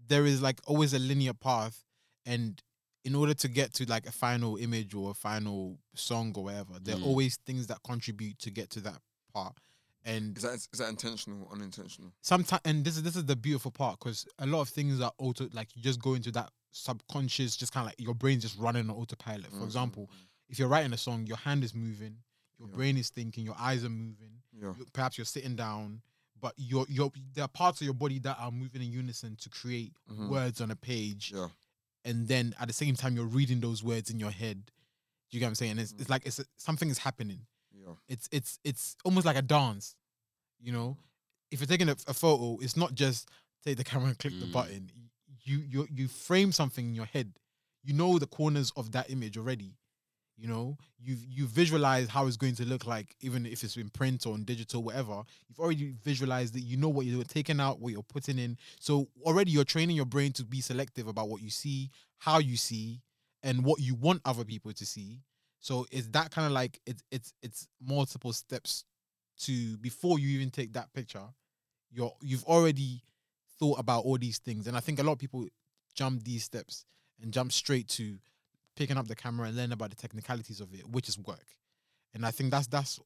[SPEAKER 4] there is like always a linear path, and in order to get to like a final image or a final song or whatever, there
[SPEAKER 5] Mm.
[SPEAKER 4] are always things that contribute to get to that part. And
[SPEAKER 2] Is that is that intentional, or unintentional?
[SPEAKER 4] sometimes, and this is this is the beautiful part because a lot of things are auto like you just go into that subconscious, just kind of like your brain's just running on autopilot. For
[SPEAKER 2] Mhm.
[SPEAKER 4] example, if you're writing a song, your hand is moving, your
[SPEAKER 2] Yeah.
[SPEAKER 4] brain is thinking, your eyes are moving
[SPEAKER 2] Yeah,
[SPEAKER 4] you- perhaps you're sitting down, but your your there are parts of your body that are moving in unison to create
[SPEAKER 2] Mhm.
[SPEAKER 4] words on a page,
[SPEAKER 2] yeah,
[SPEAKER 4] and then at the same time you're reading those words in your head. Do you get what I'm saying? It's, it's like it's something is happening.
[SPEAKER 2] yeah.
[SPEAKER 4] It's it's it's almost like a dance, you know. If you're taking a, a photo, it's not just take the camera and click the
[SPEAKER 5] Mm.
[SPEAKER 4] button. You you you frame something in your head. You know the corners of that image already. You know, you you visualize how it's going to look like, even if it's in print or in digital, whatever. You've already visualized it. You know what you're taking out, what you're putting in. So already you're training your brain to be selective about what you see, how you see, and what you want other people to see. So it's that kind of like it's it's it's multiple steps to before you even take that picture. You're you've already thought about all these things, and I think a lot of people jump these steps and jump straight to picking up the camera and learn about the technicalities of it, which is work. And I think that's that's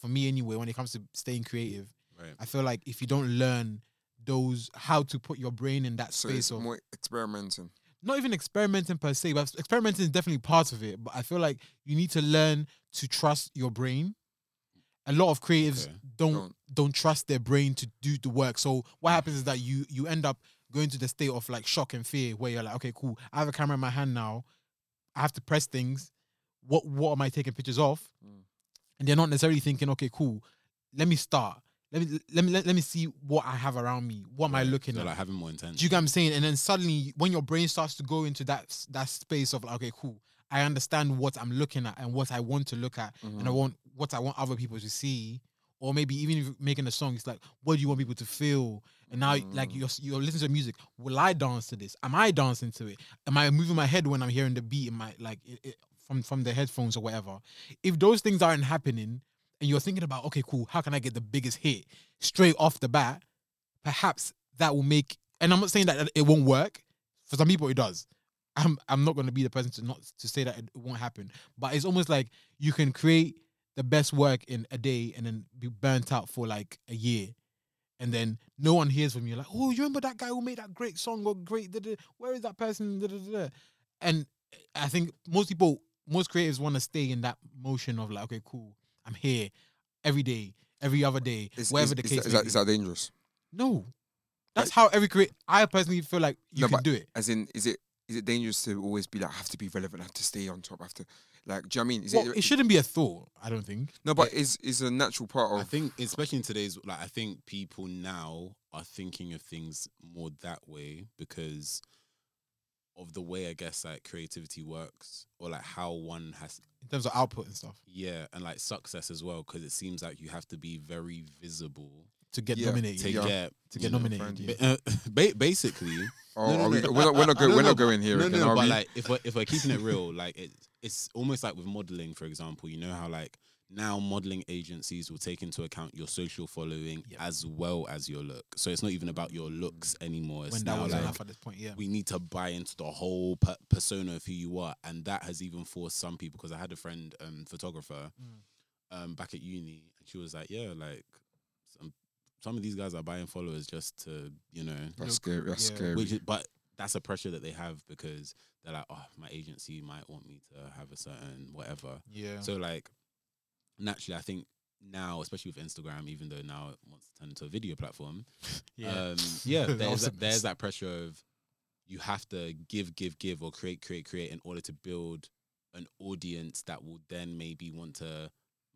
[SPEAKER 4] for me anyway. When it comes to staying creative,
[SPEAKER 5] Right.
[SPEAKER 4] I feel like if you don't learn those how to put your brain in that
[SPEAKER 2] So
[SPEAKER 4] space
[SPEAKER 2] it's
[SPEAKER 4] of
[SPEAKER 2] more experimenting.
[SPEAKER 4] not even experimenting per se, but experimenting is definitely part of it. But I feel like you need to learn to trust your brain. A lot of creatives
[SPEAKER 5] Okay.
[SPEAKER 4] don't
[SPEAKER 2] Don't-
[SPEAKER 4] don't trust their brain to do the work. So what happens is that you you end up going to the state of like shock and fear, where you're like, okay, cool, I have a camera in my hand now, I have to press things. What what am I taking pictures of?
[SPEAKER 2] Mm.
[SPEAKER 4] And they're not necessarily thinking, okay, cool, let me start. Let me let me let, let me see what I have around me. What am I
[SPEAKER 5] Right.
[SPEAKER 4] looking
[SPEAKER 5] So,
[SPEAKER 4] at?
[SPEAKER 5] Like having more intention.
[SPEAKER 4] Do you get what I'm saying? And then suddenly, when your brain starts to go into that s- that space of like, okay, cool, I understand what I'm looking at and what I want to look at, and I
[SPEAKER 2] Mm-hmm.
[SPEAKER 4] want what I want other people to see, or maybe even if you're making a song, it's like, what do you want people to feel? And now, like you're s- you're listening to music. Will I dance to this? Am I dancing to it? Am I moving my head when I'm hearing the beat in my like it, it, from from the headphones or whatever? If those things aren't happening, and you're thinking about, okay, cool, how can I get the biggest hit straight off the bat? perhaps that will make. And I'm not saying that it won't work. For some people, it does. I'm I'm not going to be the person to not to say that it won't happen. But it's almost like you can create the best work in a day and then be burnt out for like a year, and then no one hears from you. Like, oh, you remember that guy who made that great song or great? da, da, da, Where is that person? da, da, da, da?" And I think most people, most creatives, want to stay in that motion of like, okay, cool, I'm here every day, every other day,
[SPEAKER 2] Is-
[SPEAKER 4] whatever
[SPEAKER 2] is-
[SPEAKER 4] the
[SPEAKER 2] is
[SPEAKER 4] case.
[SPEAKER 2] that- Is
[SPEAKER 4] may
[SPEAKER 2] that,
[SPEAKER 4] be.
[SPEAKER 2] is that dangerous?
[SPEAKER 4] No. That's how every create. I personally feel like you
[SPEAKER 2] No,
[SPEAKER 4] can
[SPEAKER 2] but-
[SPEAKER 4] do it.
[SPEAKER 2] As in, is it is it dangerous to always be like, I have to be relevant, I have to stay on top, I have to, like, do you know what I mean? Is
[SPEAKER 4] Well, it shouldn't be a thought. I don't think.
[SPEAKER 2] no, but is is a natural part of.
[SPEAKER 5] I think, especially in today's, like, I think people now are thinking of things more that way because of the way I guess like creativity works or like how one has,
[SPEAKER 4] in terms of output and stuff
[SPEAKER 5] yeah, and like success as well because it seems like you have to be very visible
[SPEAKER 4] to get
[SPEAKER 2] Yeah,
[SPEAKER 4] nominated.
[SPEAKER 5] to
[SPEAKER 2] Yeah.
[SPEAKER 5] get
[SPEAKER 4] to get
[SPEAKER 5] you know,
[SPEAKER 4] nominated.
[SPEAKER 2] friend,
[SPEAKER 4] yeah.
[SPEAKER 5] ba- uh, ba- basically.
[SPEAKER 2] oh,
[SPEAKER 5] no, no,
[SPEAKER 2] are we,
[SPEAKER 5] no.
[SPEAKER 2] We're not, we're not, go,
[SPEAKER 5] No,
[SPEAKER 2] we're
[SPEAKER 5] no,
[SPEAKER 2] not going here
[SPEAKER 5] no,
[SPEAKER 2] again,
[SPEAKER 5] no,
[SPEAKER 2] are
[SPEAKER 5] but
[SPEAKER 2] we?
[SPEAKER 5] like if we're, if we're keeping it real, like it, it's almost like with modeling, for example. You know how like now modeling agencies will take into account your social following
[SPEAKER 4] Yep.
[SPEAKER 5] as well as your look. So it's not even about your looks anymore. It's
[SPEAKER 4] Mm. when that
[SPEAKER 5] now
[SPEAKER 4] was
[SPEAKER 5] like
[SPEAKER 4] enough at this point. Yeah.
[SPEAKER 5] we need to buy into the whole per- persona of who you are, and that has even forced some people. Because I had a friend, um, photographer,
[SPEAKER 4] Mm.
[SPEAKER 5] um, back at uni, and she was like, "Yeah, like some some of these guys are buying followers just to you know
[SPEAKER 2] That's
[SPEAKER 4] Look,
[SPEAKER 2] scary. That's
[SPEAKER 4] yeah.
[SPEAKER 2] scary.
[SPEAKER 5] which is, but that's a pressure that they have because they're like, oh, my agency might want me to have a certain whatever.
[SPEAKER 4] yeah.
[SPEAKER 5] So like, naturally, I think now, especially with Instagram, even though now it wants to turn into a video platform, um, yeah,
[SPEAKER 4] That
[SPEAKER 5] there's
[SPEAKER 4] was a
[SPEAKER 5] that, there's
[SPEAKER 4] mess.
[SPEAKER 5] that pressure of you have to give, give, give, or create, create, create in order to build an audience that will then maybe want to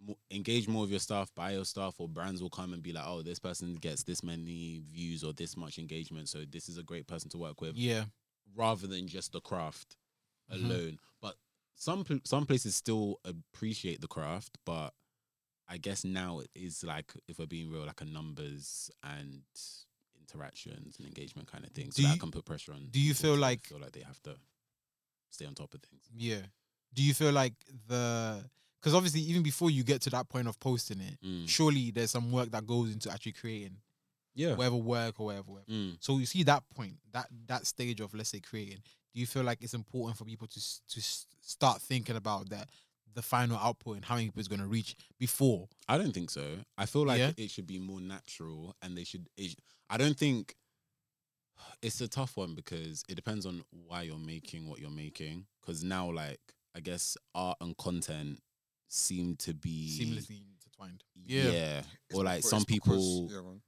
[SPEAKER 5] mo- engage more of your stuff, buy your stuff, or brands will come and be like, oh, this person gets this many views or this much engagement, so this is a great person to work with,
[SPEAKER 4] Yeah.
[SPEAKER 5] rather than just the craft
[SPEAKER 4] Mhm.
[SPEAKER 5] alone. But some pl- some places still appreciate the craft, but I guess now it is like if we're being real, like a numbers and interactions and engagement kind of thing. So
[SPEAKER 4] Do
[SPEAKER 5] that
[SPEAKER 4] you-
[SPEAKER 5] can put pressure on.
[SPEAKER 4] do you
[SPEAKER 5] people
[SPEAKER 4] feel
[SPEAKER 5] to
[SPEAKER 4] like-
[SPEAKER 5] feel like they have to stay on top of things?
[SPEAKER 4] Yeah. Do you feel like the? Because obviously, even before you get to that point of posting it,
[SPEAKER 5] Mm.
[SPEAKER 4] surely there's some work that goes into actually creating
[SPEAKER 5] Yeah.
[SPEAKER 4] whatever work or whatever. whatever.
[SPEAKER 5] Mm.
[SPEAKER 4] So you see that point, that that stage of let's say creating. Do you feel like it's important for people to s- to s- start thinking about that, the final output and how many people it's going to reach before?
[SPEAKER 5] I don't think so. I feel like
[SPEAKER 4] Yeah?
[SPEAKER 5] it should be more natural, and they should. It, sh- I don't think it's a tough one because it depends on why you're making what you're making. Because now, like, I guess art and content seem to be
[SPEAKER 4] Seamlessly intertwined.
[SPEAKER 5] yeah,
[SPEAKER 2] It's
[SPEAKER 5] or like
[SPEAKER 2] because-
[SPEAKER 5] some
[SPEAKER 2] it's because-
[SPEAKER 5] people
[SPEAKER 2] yeah, man.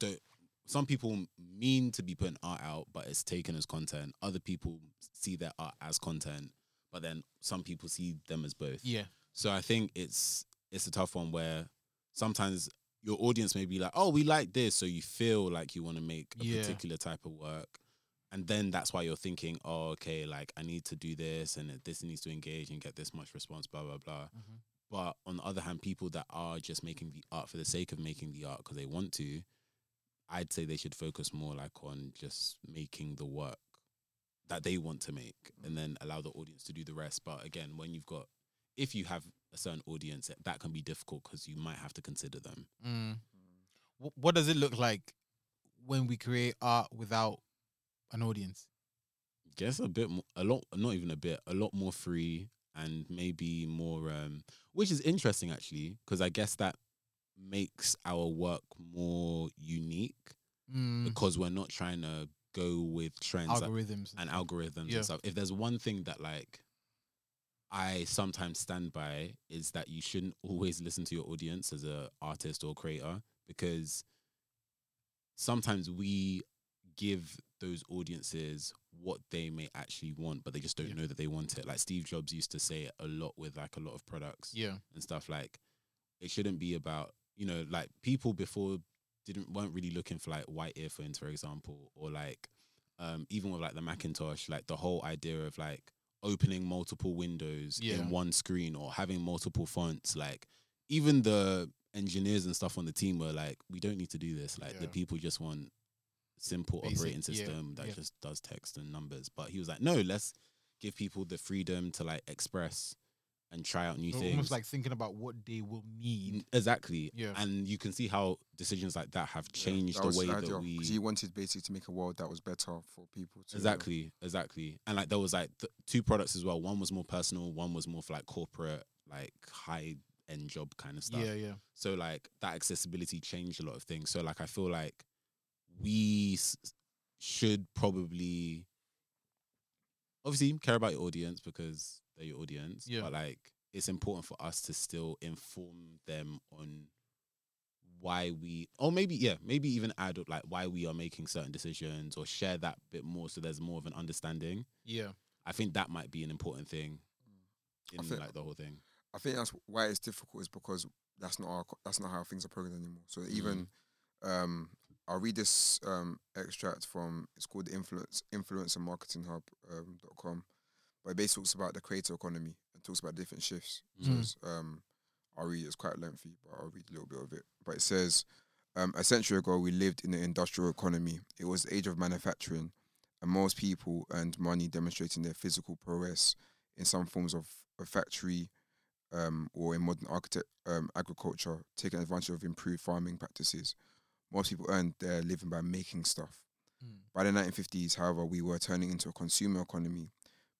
[SPEAKER 5] don't some people mean to be putting art out but it's taken as content other people see their art as content but then some people see them as both
[SPEAKER 4] Yeah.
[SPEAKER 5] so i think it's it's a tough one where sometimes your audience may be like oh we like this so you feel like you want to make a
[SPEAKER 4] Yeah.
[SPEAKER 5] particular type of work and then that's why you're thinking oh okay like i need to do this and it- this needs to engage and get this much response blah blah blah
[SPEAKER 4] Mhm.
[SPEAKER 5] but on the other hand, people that are just making the art for the sake of making the art because they want to, I'd say they should focus more like on just making the work that they want to make and then allow the audience to do the rest. But again, when you've got, if you have a certain audience, that can be difficult because you might have to consider them.
[SPEAKER 4] Mm. Wh- What does it look like when we create art without an audience?
[SPEAKER 5] guess a bit more, a lot not even a bit a lot more free and maybe more um which is interesting actually because i guess that makes our work more unique
[SPEAKER 4] Mm.
[SPEAKER 5] because we're not trying to go with trends that-
[SPEAKER 4] Algorithms.
[SPEAKER 5] and algorithms
[SPEAKER 4] Yeah.
[SPEAKER 5] and stuff if there's one thing that like i sometimes stand by is that you shouldn't always listen to your audience as a artist or creator because sometimes we give those audiences what they may actually want, but they just don't
[SPEAKER 4] Yeah.
[SPEAKER 5] know that they want it. Like Steve Jobs used to say it a lot with like a lot of products
[SPEAKER 4] yeah.
[SPEAKER 5] and stuff. Like it shouldn't be about you know like people before didn't weren't really looking for like white earphones, for example, or like um even with like the Macintosh, like the whole idea of like opening multiple windows
[SPEAKER 4] Yeah.
[SPEAKER 5] in one screen or having multiple fonts, like even the engineers and stuff on the team were like, we don't need to do this. Like the
[SPEAKER 4] Yeah.
[SPEAKER 5] people just want simple
[SPEAKER 4] Basic,
[SPEAKER 5] operating
[SPEAKER 4] yeah,
[SPEAKER 5] system that
[SPEAKER 4] yeah.
[SPEAKER 5] just does text and numbers. But he was like, no, let's give people the freedom to like express and try out new
[SPEAKER 4] Or
[SPEAKER 5] things.
[SPEAKER 4] Almost like thinking about what they will need.
[SPEAKER 5] N- exactly.
[SPEAKER 4] Yeah.
[SPEAKER 5] And you can see how decisions like that have changed
[SPEAKER 2] that
[SPEAKER 5] the
[SPEAKER 2] was
[SPEAKER 5] way
[SPEAKER 2] his
[SPEAKER 5] that
[SPEAKER 2] ideal,
[SPEAKER 5] we
[SPEAKER 2] 'cause he wanted basically to make a world that was better for people. To
[SPEAKER 5] Exactly, exactly. And like there was like th- two products as well. One was more personal, one was more for like corporate, like high end job kind of stuff.
[SPEAKER 4] Yeah, yeah.
[SPEAKER 5] So like that accessibility changed a lot of things. So like I feel like we s- should probably obviously care about your audience because they're your audience.
[SPEAKER 4] Yeah.
[SPEAKER 5] But like it's important for us to still inform them on why we or maybe yeah maybe even add up like why we are making certain decisions or share that bit more so there's more of an understanding
[SPEAKER 4] Yeah.
[SPEAKER 5] i think that might be an important thing
[SPEAKER 2] I
[SPEAKER 5] in
[SPEAKER 2] think-
[SPEAKER 5] like the whole thing
[SPEAKER 2] I think that's why it's difficult is because that's not our co- that's not how things are programmed anymore. So even um, I'll read this um, extract from it's called the influence influencer marketing hub um, dot com, but it basically talks about the creator economy and talks about different shifts. So
[SPEAKER 4] Mm.
[SPEAKER 2] it's, um, I'll read it's quite lengthy, but I'll read a little bit of it. But it says um, a century ago we lived in an industrial economy. It was the age of manufacturing, and most people earned money demonstrating their physical prowess in some forms of a factory um, or in modern architect, um, agriculture, taking advantage of improved farming practices. Most people earned their living by making stuff.
[SPEAKER 4] Mm.
[SPEAKER 2] By the 1950s, however, we were turning into a consumer economy.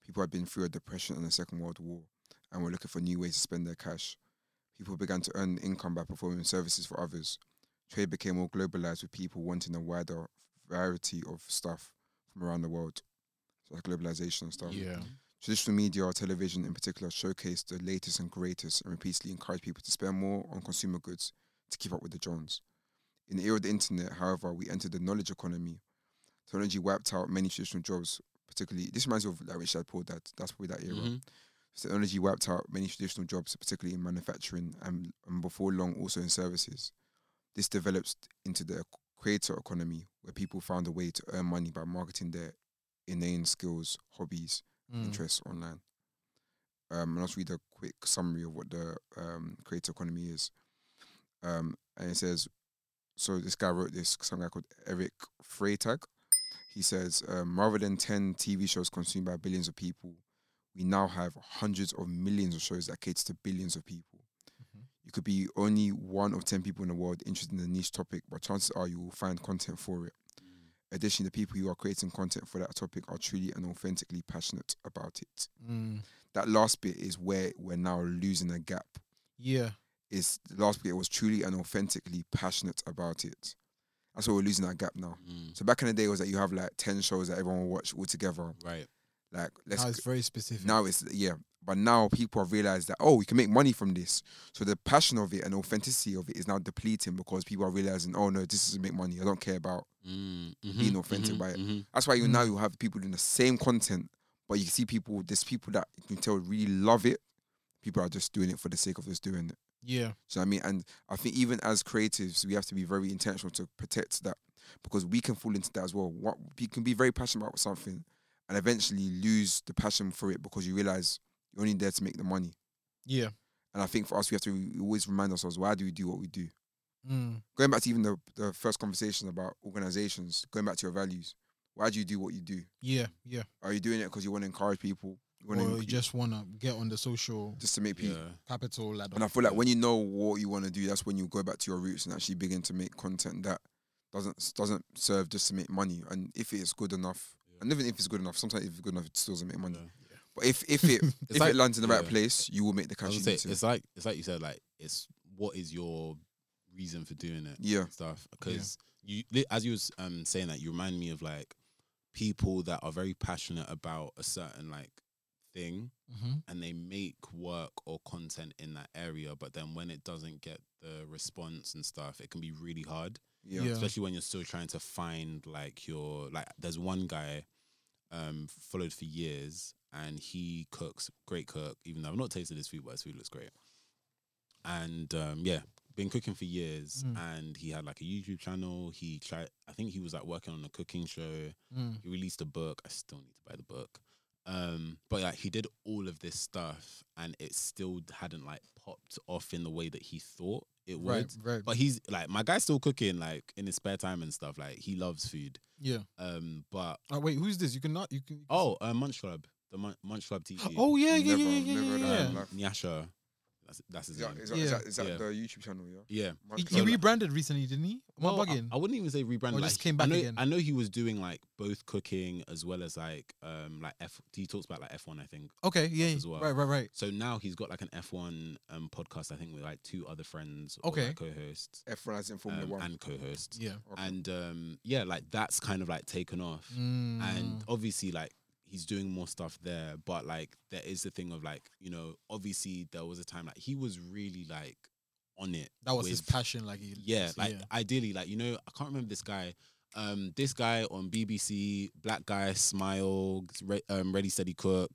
[SPEAKER 2] People had been through a depression and a Second World War and were looking for new ways to spend their cash. People began to earn income by performing services for others. Trade became more globalized with people wanting a wider variety of stuff from around the world. So like globalization and stuff.
[SPEAKER 4] Yeah.
[SPEAKER 2] Traditional media or television in particular showcased the latest and greatest and repeatedly encouraged people to spend more on consumer goods to keep up with the Jones. In the era of the internet, however, we entered the knowledge economy. Technology wiped out many traditional jobs, particularly this reminds me of like Richard Paul that that's probably that era.
[SPEAKER 5] Mhm.
[SPEAKER 2] Technology wiped out many traditional jobs, particularly in manufacturing and, and before long also in services. This developed into the creator economy where people found a way to earn money by marketing their inane skills, hobbies,
[SPEAKER 4] Mm.
[SPEAKER 2] interests online. Um, and I'll just read a quick summary of what the um, creator economy is. Um, and it says, so this guy wrote this, some guy called Eric Freytag. He says, um, rather than 10 TV shows consumed by billions of people, we now have hundreds of millions of shows that cater to billions of people.
[SPEAKER 4] Mhm.
[SPEAKER 2] You could be only one of 10 people in the world interested in a niche topic, but chances are you will find content for it. Additionally, the people who are creating content for that topic are truly and authentically passionate about it.
[SPEAKER 4] Mm.
[SPEAKER 2] That last bit is where we're now losing a gap.
[SPEAKER 4] Yeah.
[SPEAKER 2] Is the last bit was truly and authentically passionate about it. That's why we're losing that gap now.
[SPEAKER 5] Mm.
[SPEAKER 2] So back in the day it was that you have like ten shows that everyone will watch all together.
[SPEAKER 5] right
[SPEAKER 2] Like let's
[SPEAKER 4] Now it's very specific.
[SPEAKER 2] now it's yeah. But now people have realized that oh we can make money from this. So the passion of it and authenticity of it is now depleting because people are realizing oh no this is make money. I don't care about
[SPEAKER 5] mm.
[SPEAKER 2] Being offended
[SPEAKER 5] mhm,
[SPEAKER 2] by it.
[SPEAKER 5] mhm.
[SPEAKER 2] That's why you
[SPEAKER 4] Mm.
[SPEAKER 2] now you have people doing the same content, but you see people. There's people that you can tell really love it. People are just doing it for the sake of just doing it.
[SPEAKER 4] yeah.
[SPEAKER 2] So I mean, and I think even as creatives, we have to be very intentional to protect that because we can fall into that as well. What we can be very passionate about something, and eventually lose the passion for it because you realize you're only there to make the money.
[SPEAKER 4] Yeah.
[SPEAKER 2] And I think for us, we have to always remind ourselves why do we do what we do.
[SPEAKER 4] Mm.
[SPEAKER 2] Going back to even the, the first conversation about organizations, going back to your values. Why do you do what you do?
[SPEAKER 4] Yeah. Yeah.
[SPEAKER 2] Are you doing it because you want to encourage people? You
[SPEAKER 4] Or
[SPEAKER 2] want
[SPEAKER 4] you
[SPEAKER 2] to just
[SPEAKER 4] just wanna get on the social
[SPEAKER 2] just to make people.
[SPEAKER 5] Yeah.
[SPEAKER 4] capital ladder.
[SPEAKER 2] And I feel like when you know what you want to do, that's when you go back to your roots and actually begin to make content that doesn't doesn't serve just to make money. And if it's good enough, and even if it's good enough, sometimes if it's good enough, it still doesn't make money.
[SPEAKER 5] Yeah.
[SPEAKER 2] But if if it if
[SPEAKER 5] like-
[SPEAKER 2] it lands in the right
[SPEAKER 5] yeah.
[SPEAKER 2] place, you will make the
[SPEAKER 5] I
[SPEAKER 2] cash.
[SPEAKER 5] would
[SPEAKER 2] You
[SPEAKER 5] say
[SPEAKER 2] need to.
[SPEAKER 5] it's like it's like you said, like it's what is your reason for doing it?
[SPEAKER 2] Yeah.
[SPEAKER 5] and stuff because you li- as you was um saying that you remind me of like people that are very passionate about a certain like thing
[SPEAKER 4] Mhm.
[SPEAKER 5] and they make work or content in that area, but then when it doesn't get the response and stuff, it can be really hard
[SPEAKER 2] Yeah.
[SPEAKER 4] Yeah.
[SPEAKER 5] especially when you're still trying to find like your like there's one guy um followed for years and he cooks great cook even though i've not tasted his food but his food looks great and um yeah been cooking for years
[SPEAKER 4] Mm.
[SPEAKER 5] and he had like a youtube channel he tried i think he was like working on a cooking show
[SPEAKER 4] Mm.
[SPEAKER 5] he released a book i still need to buy the book um but like he did all of this stuff and it still hadn't like popped off in the way that he thought it would
[SPEAKER 4] Right. Right.
[SPEAKER 5] but he's like my guy's still cooking like in his spare time and stuff. Like he loves food.
[SPEAKER 4] yeah.
[SPEAKER 5] Um, but
[SPEAKER 4] Oh wait, who's this? You cannot. You can.
[SPEAKER 5] oh, uh, Munch Club. the Mun- Munch Club TV.
[SPEAKER 4] Oh yeah, yeah,
[SPEAKER 2] Never,
[SPEAKER 4] yeah, yeah,
[SPEAKER 2] never
[SPEAKER 4] yeah,
[SPEAKER 2] done
[SPEAKER 4] yeah.
[SPEAKER 2] that.
[SPEAKER 4] yeah.
[SPEAKER 5] Nyasha. That's that's his
[SPEAKER 2] Is that,
[SPEAKER 5] name.
[SPEAKER 2] is that, is
[SPEAKER 4] Yeah.
[SPEAKER 2] that, is that
[SPEAKER 5] Yeah.
[SPEAKER 2] the YouTube channel? Yeah.
[SPEAKER 5] Yeah.
[SPEAKER 2] Mark
[SPEAKER 4] He, he
[SPEAKER 5] Club.
[SPEAKER 2] Zuckerberg.
[SPEAKER 4] rebranded recently, didn't he? Am I
[SPEAKER 2] Oh,
[SPEAKER 5] Well, I,
[SPEAKER 4] bugging?
[SPEAKER 5] I wouldn't even say rebrand.
[SPEAKER 4] Or
[SPEAKER 5] like,
[SPEAKER 4] just came back
[SPEAKER 5] I know,
[SPEAKER 4] again?
[SPEAKER 5] I know he was doing like both cooking as well as like um like F. He talks about like F one, I think.
[SPEAKER 4] okay, yeah,
[SPEAKER 5] as well.
[SPEAKER 4] right, right, right.
[SPEAKER 5] So now he's got like an F one um podcast, I think, with like two other friends, or,
[SPEAKER 4] Okay.
[SPEAKER 5] like, co-hosts
[SPEAKER 2] F1 as in Formula
[SPEAKER 5] um,
[SPEAKER 2] One.
[SPEAKER 5] and co-hosts,
[SPEAKER 4] Yeah.
[SPEAKER 2] Okay.
[SPEAKER 5] and um yeah, like that's kind of like taken off, and
[SPEAKER 4] Mm.
[SPEAKER 5] obviously like he's doing more stuff there, but like there is the thing of like you know obviously there was a time like he was really like on it.
[SPEAKER 4] that was his
[SPEAKER 5] with-
[SPEAKER 4] passion. Like he,
[SPEAKER 5] yeah like ideally like you know i can't remember this guy um this guy on bbc black guy smile Re- um, ready steady cook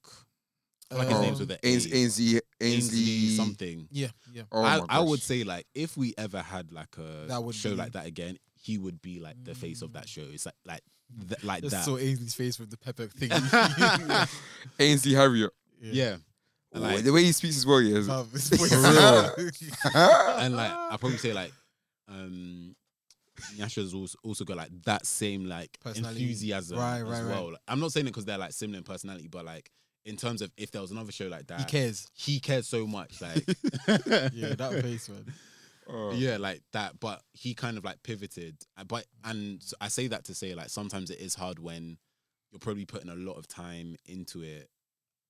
[SPEAKER 5] I like his
[SPEAKER 2] Oh,
[SPEAKER 5] names with the
[SPEAKER 2] Ains- Ainsley,
[SPEAKER 5] Ainsley
[SPEAKER 2] Ainsley,
[SPEAKER 5] something
[SPEAKER 4] Um, yeah, yeah.
[SPEAKER 2] Oh
[SPEAKER 5] I,
[SPEAKER 2] my
[SPEAKER 5] I would
[SPEAKER 2] gosh.
[SPEAKER 5] say like if we ever had like a
[SPEAKER 4] That would
[SPEAKER 5] show
[SPEAKER 4] be- Mm.
[SPEAKER 5] like that again he would be like the face of that show it's like like th- like
[SPEAKER 4] Just
[SPEAKER 5] that
[SPEAKER 4] saw Ainsley's face with the pepper thing.
[SPEAKER 2] Ainsley Harriet.
[SPEAKER 5] yeah
[SPEAKER 2] Ooh,
[SPEAKER 5] and like,
[SPEAKER 2] the way he speaks as well, yeah. is-
[SPEAKER 4] Love, it's
[SPEAKER 5] and like i probably say like um Nyasha's also, also got like that same like
[SPEAKER 4] Personality.
[SPEAKER 5] enthusiasm
[SPEAKER 4] Right, right,
[SPEAKER 5] as
[SPEAKER 4] right.
[SPEAKER 5] well. Like, I'm not saying it because they're like similar in personality, but like in terms of if there was another show like that,
[SPEAKER 4] he cares.
[SPEAKER 5] he cares so much. Like
[SPEAKER 4] Yeah, that face, man.
[SPEAKER 2] Oh.
[SPEAKER 5] yeah, like that. But he kind of like pivoted. Uh, But and so I say that to say like sometimes it is hard when you're probably putting a lot of time into it,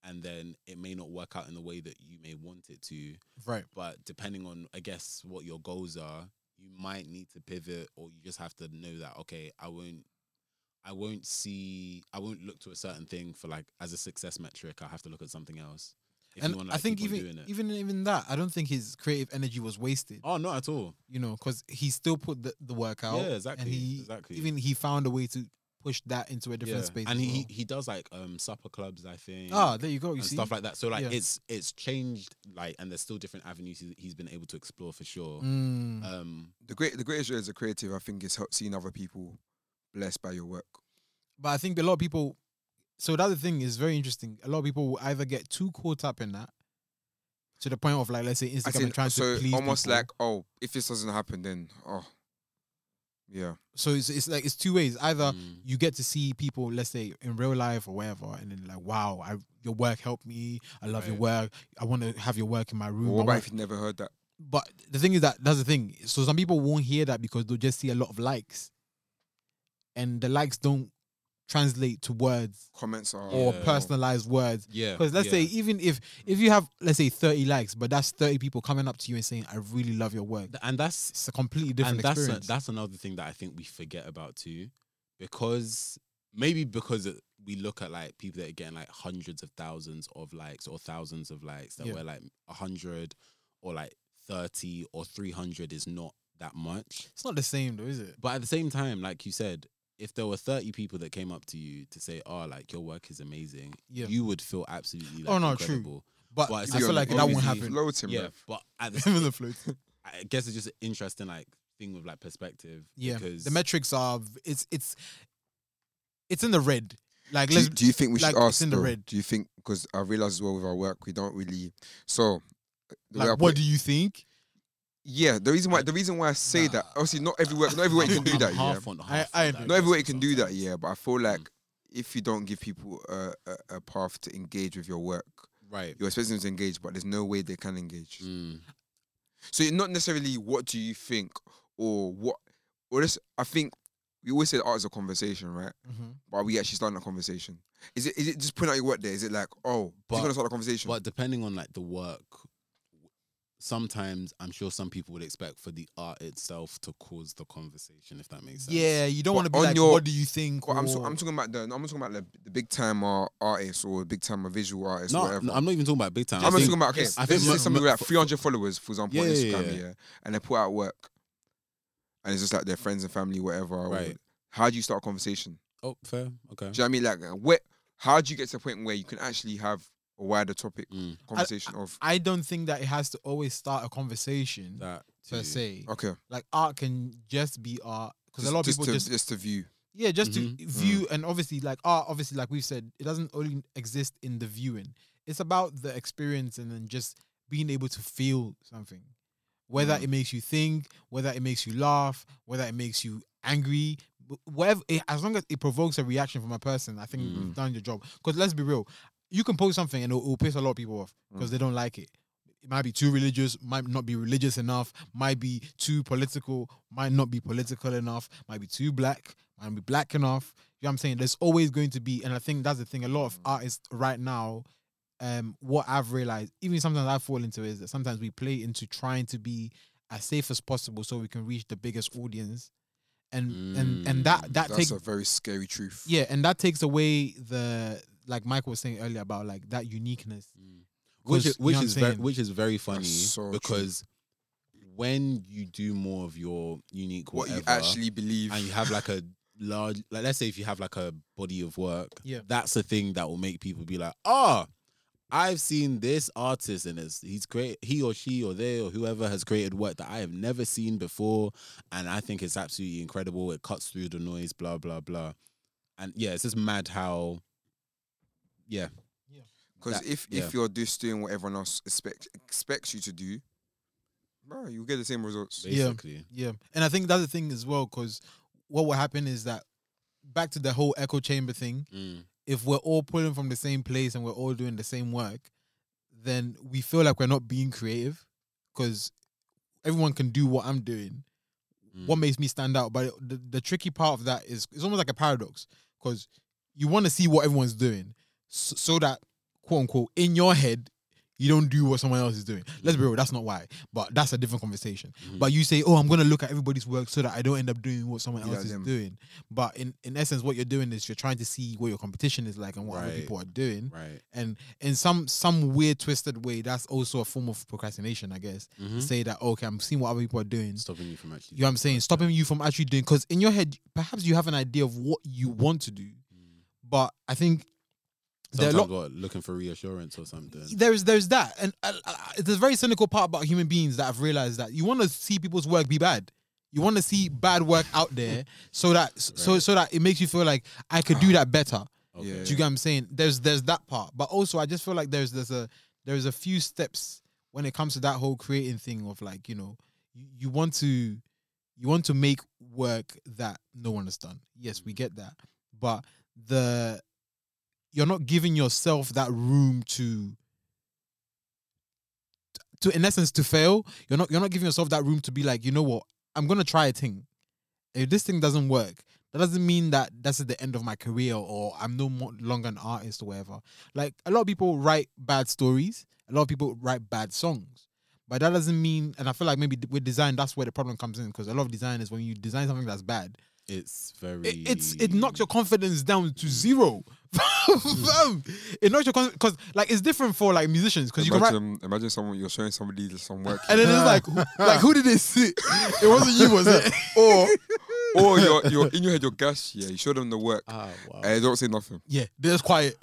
[SPEAKER 5] and then it may not work out in the way that you may want it to.
[SPEAKER 4] Right.
[SPEAKER 5] But depending on I guess what your goals are, you might need to pivot, or you just have to know that okay, I won't. I won't see. I won't look to a certain thing for like as a success metric. I have to look at something else. If
[SPEAKER 4] and
[SPEAKER 5] wanna,
[SPEAKER 4] I
[SPEAKER 5] like,
[SPEAKER 4] think
[SPEAKER 5] keep on
[SPEAKER 4] even
[SPEAKER 5] doing it.
[SPEAKER 4] even even that, I don't think his creative energy was wasted.
[SPEAKER 5] oh, not at all.
[SPEAKER 4] You know, because he still put the, the work out.
[SPEAKER 5] Yeah, exactly,
[SPEAKER 4] And he
[SPEAKER 5] exactly.
[SPEAKER 4] even he found a way to push that into a different
[SPEAKER 5] Yeah.
[SPEAKER 4] space.
[SPEAKER 5] And
[SPEAKER 4] as
[SPEAKER 5] he, he
[SPEAKER 4] well.
[SPEAKER 5] he does like um supper clubs, I think.
[SPEAKER 4] ah, there you go. You
[SPEAKER 5] and
[SPEAKER 4] see,
[SPEAKER 5] stuff like that. So like
[SPEAKER 4] Yeah.
[SPEAKER 5] it's it's changed like and there's still different avenues he's, he's been able to explore for sure.
[SPEAKER 4] Mm.
[SPEAKER 5] Um
[SPEAKER 2] The great, the greatest joy as a creative, I think, is help- seeing other people blessed by your work.
[SPEAKER 4] but I think a lot of people. So the other thing is very interesting. A lot of people will either get too caught up in that, to the point of like, let's say
[SPEAKER 2] As
[SPEAKER 4] Instagram
[SPEAKER 2] in,
[SPEAKER 4] and trying
[SPEAKER 2] so
[SPEAKER 4] to please.
[SPEAKER 2] almost
[SPEAKER 4] people.
[SPEAKER 2] like, oh, if this doesn't happen, then oh, yeah,
[SPEAKER 4] so it's, it's like it's two ways. Either
[SPEAKER 5] mm,
[SPEAKER 4] you get to see people, let's say in real life or whatever, and then like, wow, I your work helped me. I love your work. I want to have your work in my room.
[SPEAKER 2] Well, what
[SPEAKER 4] I
[SPEAKER 2] about
[SPEAKER 4] want-
[SPEAKER 2] if you never heard that?
[SPEAKER 4] but the thing is that that's the thing. So some people won't hear that because they'll just see a lot of likes, and the likes don't translate to words
[SPEAKER 2] Comments are
[SPEAKER 4] or
[SPEAKER 5] Yeah.
[SPEAKER 4] personalized words.
[SPEAKER 5] yeah.
[SPEAKER 4] Because let's
[SPEAKER 5] yeah.
[SPEAKER 4] say even if if you have let's say thirty likes, but that's thirty people coming up to you and saying, "I really love your work."
[SPEAKER 5] Th- and that's
[SPEAKER 4] It's a completely different
[SPEAKER 5] and that's a-
[SPEAKER 4] experience.
[SPEAKER 5] that's another thing that I think we forget about too, because maybe because it, we look at like people that are getting like hundreds of thousands of likes or thousands of likes that
[SPEAKER 4] Yeah.
[SPEAKER 5] were like a hundred or like thirty or three hundred is not that much.
[SPEAKER 4] it's not the same though, is it?
[SPEAKER 5] But at the same time, like you said, if there were thirty people that came up to you to say, "Oh, like your work is amazing,"
[SPEAKER 4] Yeah.
[SPEAKER 5] you would feel absolutely like,
[SPEAKER 4] Oh, no, true.
[SPEAKER 5] incredible.
[SPEAKER 4] But,
[SPEAKER 5] But it's
[SPEAKER 4] I
[SPEAKER 5] like
[SPEAKER 4] feel like that won't
[SPEAKER 5] obviously-
[SPEAKER 4] happen.
[SPEAKER 2] Floating,
[SPEAKER 5] Yeah,
[SPEAKER 2] bruv.
[SPEAKER 5] but at the
[SPEAKER 4] Even the float.
[SPEAKER 5] I guess it's just an interesting like thing with like perspective.
[SPEAKER 4] Yeah,
[SPEAKER 5] because
[SPEAKER 4] the metrics are v- it's it's it's in the red. Like
[SPEAKER 2] Do, you-
[SPEAKER 4] let's
[SPEAKER 2] do you think we should
[SPEAKER 4] like, it's
[SPEAKER 2] ask?
[SPEAKER 4] in the
[SPEAKER 2] though?
[SPEAKER 4] red.
[SPEAKER 2] Do you think because I realize as well with our work, we don't really. So, the way I
[SPEAKER 4] like
[SPEAKER 2] put
[SPEAKER 4] what
[SPEAKER 2] it-
[SPEAKER 4] do you think?
[SPEAKER 2] yeah, the reason why the reason why I say that obviously not every work, not every work you can do
[SPEAKER 5] I'm
[SPEAKER 2] that. Yeah,
[SPEAKER 5] half on- half
[SPEAKER 4] I-
[SPEAKER 5] on
[SPEAKER 4] I
[SPEAKER 5] that
[SPEAKER 4] agree.
[SPEAKER 2] not every
[SPEAKER 5] person
[SPEAKER 2] way you can do that,
[SPEAKER 5] sometimes. Mm.
[SPEAKER 2] yeah. But I feel like if you don't give people a, a, a path to engage with your work,
[SPEAKER 5] Right.
[SPEAKER 2] you're expecting them to engage, but there's no way they can engage.
[SPEAKER 5] Mm.
[SPEAKER 2] So it's not necessarily what do you think or what, or this. I think we always say that art is a conversation, right?
[SPEAKER 4] Mm-hmm.
[SPEAKER 2] But are we actually starting a conversation? Is it is it just putting out your work there? Is it like oh,
[SPEAKER 5] But-
[SPEAKER 2] you're gonna start a conversation?
[SPEAKER 5] But depending on like the work, sometimes I'm sure some people would expect for the art itself to cause the conversation, if that makes sense.
[SPEAKER 4] Yeah, you
[SPEAKER 2] But
[SPEAKER 4] don't want to be
[SPEAKER 2] on
[SPEAKER 4] like
[SPEAKER 2] your-
[SPEAKER 4] what do you think?
[SPEAKER 2] Well, I'm, so,
[SPEAKER 4] or-
[SPEAKER 2] I'm talking about the I'm talking about the, the big time uh, artist or big time uh, visual artist or
[SPEAKER 5] No,
[SPEAKER 2] whatever.
[SPEAKER 5] no, I'm not even talking about big time.
[SPEAKER 2] I'm
[SPEAKER 5] I
[SPEAKER 2] not
[SPEAKER 5] think-
[SPEAKER 2] talking about okay.
[SPEAKER 5] I
[SPEAKER 2] I
[SPEAKER 5] think
[SPEAKER 2] think
[SPEAKER 5] mo-
[SPEAKER 2] something
[SPEAKER 5] mo-
[SPEAKER 2] with like 300 followers, for example, on
[SPEAKER 5] Yeah, yeah,
[SPEAKER 2] Instagram, yeah,
[SPEAKER 5] yeah.
[SPEAKER 2] and they put out work, and it's just like their friends and family, whatever. or-
[SPEAKER 5] Right.
[SPEAKER 2] How do you start a conversation?
[SPEAKER 5] Oh, fair. Okay.
[SPEAKER 2] Do you know what I mean? Like, uh, where? How do you get to a point where you can actually have a wider topic
[SPEAKER 5] Mm.
[SPEAKER 2] conversation of?
[SPEAKER 4] I don't think that it has to always start a conversation
[SPEAKER 5] That
[SPEAKER 4] per
[SPEAKER 5] too.
[SPEAKER 4] se.
[SPEAKER 2] Okay,
[SPEAKER 4] Like art can just be art because
[SPEAKER 2] just,
[SPEAKER 4] a lot of
[SPEAKER 2] just
[SPEAKER 4] people
[SPEAKER 2] to, mm-hmm,
[SPEAKER 4] just
[SPEAKER 2] to view.
[SPEAKER 4] Yeah, just
[SPEAKER 5] Mhm.
[SPEAKER 4] to view and obviously like art, obviously like we've said, it doesn't only exist in the viewing. It's about the experience and then just being able to feel something. Whether
[SPEAKER 2] Mm.
[SPEAKER 4] it makes you think, whether it makes you laugh, whether it makes you angry, wh- whatever, it, as long as it provokes a reaction from a person, I think
[SPEAKER 5] Mm.
[SPEAKER 4] you've done your job. Because let's be real, you can post something and it'll, it'll piss a lot of people off because they don't like it. It might be too religious, might not be religious enough, might be too political, might not be political enough, might be too black, might be black enough. You know what I'm saying? There's always going to be, and I think that's the thing. A lot
[SPEAKER 2] Mm.
[SPEAKER 4] of artists right now, um, what I've realized, even sometimes I fall into, is that sometimes we play into trying to be as safe as possible so we can reach the biggest audience, and and and that that
[SPEAKER 2] Mm, That's
[SPEAKER 4] takes
[SPEAKER 2] a very scary truth.
[SPEAKER 4] yeah, and that takes away the like Michael was saying earlier about like that uniqueness.
[SPEAKER 5] which is,
[SPEAKER 4] 'Cause, you know
[SPEAKER 5] which
[SPEAKER 4] what I'm
[SPEAKER 5] is very,
[SPEAKER 4] saying?
[SPEAKER 5] which is very funny
[SPEAKER 2] so true.
[SPEAKER 5] because when you do more of your unique
[SPEAKER 2] What
[SPEAKER 5] whatever,
[SPEAKER 2] you actually believe.
[SPEAKER 5] and you have like a large like let's say if you have like a body of work
[SPEAKER 4] Yeah.
[SPEAKER 5] that's the thing that will make people be like ah i've seen this artist and it's he's great he or she or they or whoever has created work that i have never seen before and i think it's absolutely incredible it cuts through the noise blah blah blah and yeah it's just mad how yeah
[SPEAKER 2] Because
[SPEAKER 5] That-
[SPEAKER 2] if
[SPEAKER 5] yeah.
[SPEAKER 2] if you're just doing what everyone else expects expects you to do, bro, you'll get the same results.
[SPEAKER 4] Yeah.
[SPEAKER 5] basically
[SPEAKER 4] Yeah, and I think that's the thing as well because what will happen is that back to the whole echo chamber thing.
[SPEAKER 5] Mm.
[SPEAKER 4] If we're all pulling from the same place and we're all doing the same work, then we feel like we're not being creative because everyone can do what I'm doing. What makes me stand out? But the, the tricky part of that is it's almost like a paradox because you want to see what everyone's doing so, so that quote unquote in your head you don't do what someone else is doing. Let's be real, that's not why, but that's a different conversation.
[SPEAKER 2] Mm-hmm.
[SPEAKER 4] But you say, "Oh, I'm gonna look at everybody's work so that I don't end up doing what someone
[SPEAKER 2] Yeah,
[SPEAKER 4] else is
[SPEAKER 2] them.
[SPEAKER 4] doing." But in in essence, what you're doing is you're trying to see what your competition is like and what other
[SPEAKER 5] Right.
[SPEAKER 4] people are doing.
[SPEAKER 5] right
[SPEAKER 4] And in some some weird twisted way, that's also a form of procrastination, I guess.
[SPEAKER 2] Hmm?
[SPEAKER 5] Mhm.
[SPEAKER 4] Say that okay, I'm seeing what other people are doing.
[SPEAKER 5] stopping you from actually
[SPEAKER 4] Mm-hmm. You know what I'm saying? Stopping you from actually doing because in your head, perhaps you have an idea of what you want to do,
[SPEAKER 2] Hmm.
[SPEAKER 4] but I think there are
[SPEAKER 5] Sometimes
[SPEAKER 4] a lot
[SPEAKER 5] what, looking for reassurance or something
[SPEAKER 4] there's there's that, and uh, uh, it's a very cynical part about human beings that I've realized that you want to see people's work be bad. You want to see bad work out there so that so
[SPEAKER 5] Right.
[SPEAKER 4] so that it makes you feel like I could do that better.
[SPEAKER 5] okay.
[SPEAKER 2] Yeah.
[SPEAKER 4] Do you get what I'm saying? There's there's that part, but also I just feel like there's there's a there's a few steps when it comes to that whole creating thing of like you know you, you want to you want to make work that no one has done. Yes, we get that, but the you're not giving yourself that room to to in essence to fail you're not you're not giving yourself that room to be like you know what i'm gonna try a thing if this thing doesn't work that doesn't mean that that's the end of my career or i'm no more longer an artist or whatever like a lot of people write bad stories a lot of people write bad songs but that doesn't mean and i feel like maybe with design that's where the problem comes in because a lot of design is when you design something that's bad
[SPEAKER 5] it's very
[SPEAKER 4] it, it's it knocks your confidence down to zero Fam, it knocks your because like it's different for like musicians because you can write
[SPEAKER 2] imagine, imagine someone you're showing somebody some work,
[SPEAKER 4] and then it's like, who- like who did they see? It wasn't you, was it?
[SPEAKER 2] or or you're, you're in your head, you're gash. Yeah, you show them the work.
[SPEAKER 5] Ah, wow.
[SPEAKER 2] and they don't say nothing.
[SPEAKER 4] Yeah, they're just quiet.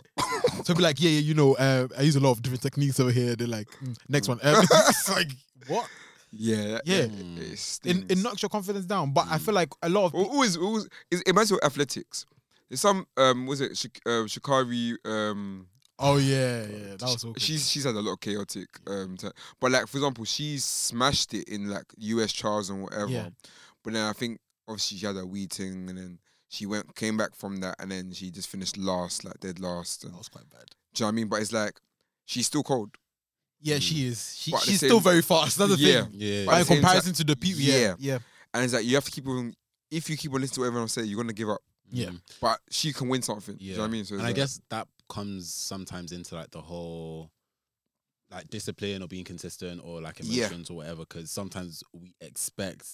[SPEAKER 4] So be like, yeah, yeah, you know, uh, I use a lot of different techniques over here. They're like, mm, next one. Um, it's like what?
[SPEAKER 2] Yeah, that-
[SPEAKER 4] Yeah. Hmm.
[SPEAKER 2] It, it
[SPEAKER 4] It, it
[SPEAKER 2] stinks.
[SPEAKER 4] knocks your confidence down. But I feel like a lot of
[SPEAKER 2] Who-
[SPEAKER 4] people,
[SPEAKER 2] who is who is, is imagine with athletics? There's some um was it Shik- uh, Shikari um
[SPEAKER 4] oh yeah, yeah, that was so cool.
[SPEAKER 2] she's she's had a lot of chaotic um ti- but like for example she smashed it in like US trials and whatever
[SPEAKER 4] Yeah.
[SPEAKER 2] but then I think obviously she had a weed thing and then she went came back from that and then she just finished last like dead last and,
[SPEAKER 4] that was quite bad.
[SPEAKER 2] do you know what I mean but it's like she's still cold
[SPEAKER 4] Yeah, she is. She,
[SPEAKER 2] But at Mm. the
[SPEAKER 4] she's
[SPEAKER 2] same-
[SPEAKER 4] still very fast. That's the
[SPEAKER 2] yeah
[SPEAKER 4] thing.
[SPEAKER 5] yeah
[SPEAKER 2] But at
[SPEAKER 4] By
[SPEAKER 2] the same
[SPEAKER 4] comparison to the people, yeah,
[SPEAKER 2] yeah.
[SPEAKER 4] yeah,
[SPEAKER 2] and it's like you have to keep on if you keep on listening to what everyone else say you're gonna give up
[SPEAKER 4] yeah,
[SPEAKER 2] but she can win something do you know what I mean so it's
[SPEAKER 5] and I
[SPEAKER 2] like,
[SPEAKER 5] guess that comes sometimes into like the whole like discipline or being consistent or like
[SPEAKER 2] Yeah.
[SPEAKER 5] emotions or whatever. Because sometimes we expect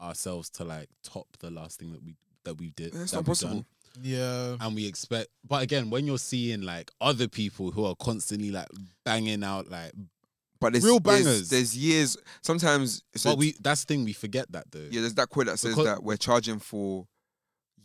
[SPEAKER 5] ourselves to like top the last thing that we that we did.
[SPEAKER 2] That's
[SPEAKER 5] that
[SPEAKER 2] eh, not
[SPEAKER 5] we've done.
[SPEAKER 2] possible.
[SPEAKER 4] yeah.
[SPEAKER 5] And we expect, but again, when you're seeing like other people who are constantly like banging out like,
[SPEAKER 2] but there's,
[SPEAKER 5] real
[SPEAKER 2] there's-
[SPEAKER 5] bangers.
[SPEAKER 2] there's, years sometimes it's
[SPEAKER 5] but
[SPEAKER 2] a-
[SPEAKER 5] we that's the thing we forget that though.
[SPEAKER 2] Yeah, there's that quote that says
[SPEAKER 5] Because-
[SPEAKER 2] that we're charging for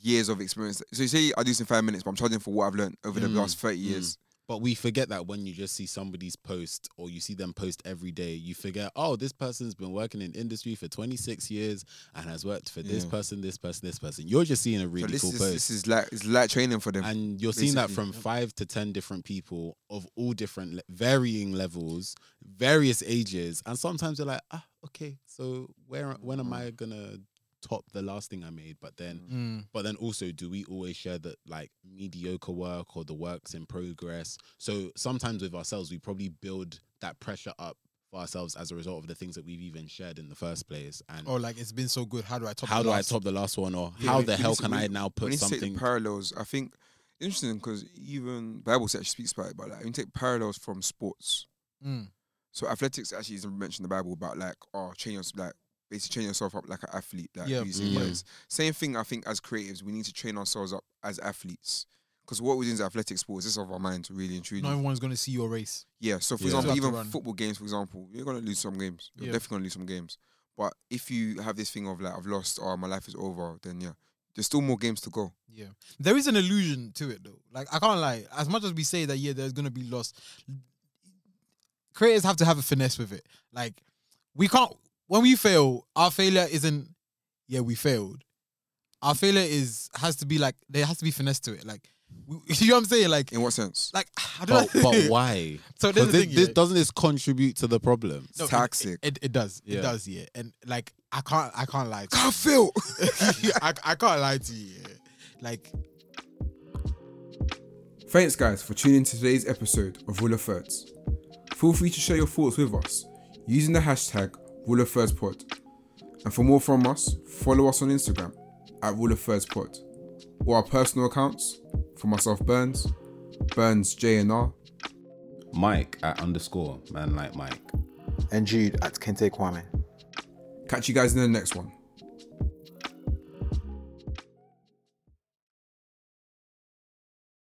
[SPEAKER 2] years of experience. So you say I do this in five minutes, but I'm charging for what I've learned over the
[SPEAKER 5] Mm,
[SPEAKER 2] last 30 years.
[SPEAKER 5] But we forget that when you just see somebody's post or you see them post every day, you forget, oh, this person's been working in industry for 26 years and has worked for this
[SPEAKER 2] Yeah.
[SPEAKER 5] person, this person, this person. You're just seeing a
[SPEAKER 2] So
[SPEAKER 5] really
[SPEAKER 2] this
[SPEAKER 5] cool
[SPEAKER 2] is
[SPEAKER 5] post.
[SPEAKER 2] this is like it's like training for them.
[SPEAKER 5] and you're seeing that
[SPEAKER 2] basically,
[SPEAKER 5] from five to 10 different people of all different, le- varying levels, various ages. And sometimes you're like, ah, okay, so where, when
[SPEAKER 2] Mm.
[SPEAKER 5] am I going to top the last thing I made? But then
[SPEAKER 4] Mm.
[SPEAKER 5] but then also do we always share that like mediocre work or the works in progress. So sometimes with ourselves, we probably build that pressure up for ourselves as a result of the things that we've even shared in the first place. And
[SPEAKER 4] Or Oh, like it's been so good. How do I top?
[SPEAKER 5] how
[SPEAKER 4] the
[SPEAKER 5] do I
[SPEAKER 4] last?
[SPEAKER 5] top the last one, or
[SPEAKER 2] Yeah,
[SPEAKER 5] how
[SPEAKER 2] we-
[SPEAKER 5] the
[SPEAKER 2] we
[SPEAKER 5] hell
[SPEAKER 2] need to-
[SPEAKER 5] can
[SPEAKER 2] we-
[SPEAKER 5] I now
[SPEAKER 2] we
[SPEAKER 5] put
[SPEAKER 2] need to take
[SPEAKER 5] something?
[SPEAKER 2] the parallels. I think interesting because even Bible actually speaks about it, but like, we take parallels from sports.
[SPEAKER 4] Mm.
[SPEAKER 2] So athletics actually is mentioned in the Bible about like oh train yours like basically train yourself up like an athlete like
[SPEAKER 4] Yeah.
[SPEAKER 2] using
[SPEAKER 5] Mm.
[SPEAKER 2] words. Same thing I think as creatives we need to train ourselves up as athletes because what we do in athletic sports is of our mind really and truly.
[SPEAKER 4] No one's gonna see your race.
[SPEAKER 2] Yeah. So for
[SPEAKER 5] Yeah.
[SPEAKER 2] example,
[SPEAKER 4] Still have to
[SPEAKER 2] even
[SPEAKER 4] run.
[SPEAKER 2] football games, for example, you're gonna lose some games. You're
[SPEAKER 4] Yeah.
[SPEAKER 2] definitely gonna lose some games. But if you have this thing of like I've lost or my life is over, then yeah, there's still more games to go.
[SPEAKER 4] Yeah, there is an illusion to it though. Like I can't lie. As much as we say that yeah, there's gonna be loss, creators have to have a finesse with it. Like we can't when we fail, our failure isn't yeah we failed. Our failure is has to be like there has to be finesse to it. Like we, you know what I'm saying? Like
[SPEAKER 2] In what sense?
[SPEAKER 4] like how do
[SPEAKER 5] But,
[SPEAKER 4] I?
[SPEAKER 5] but why?
[SPEAKER 4] so
[SPEAKER 5] Because
[SPEAKER 4] this, is the
[SPEAKER 5] this,
[SPEAKER 4] thing,
[SPEAKER 5] this-
[SPEAKER 4] yeah.
[SPEAKER 5] doesn't this contribute to the problem?
[SPEAKER 4] No, it-
[SPEAKER 2] Toxic.
[SPEAKER 4] It, it does.
[SPEAKER 5] Yeah.
[SPEAKER 4] It does. Yeah, and like I can't I can't lie. To
[SPEAKER 2] God,
[SPEAKER 4] you.
[SPEAKER 2] Phil.
[SPEAKER 4] I, I can't lie to you. yeah. Like
[SPEAKER 2] Thanks, guys, for tuning in to today's episode of Rule of Thirds. Feel free to share your thoughts with us using the hashtag Rule of Thirds Pod. And for more from us, follow us on Instagram at Rule of Thirds Pod or our personal accounts for myself, Burns, Burns JNR,
[SPEAKER 1] Mike at underscore man like Mike.
[SPEAKER 6] and Jude at Kente Kwame.
[SPEAKER 2] Catch you guys in the next one.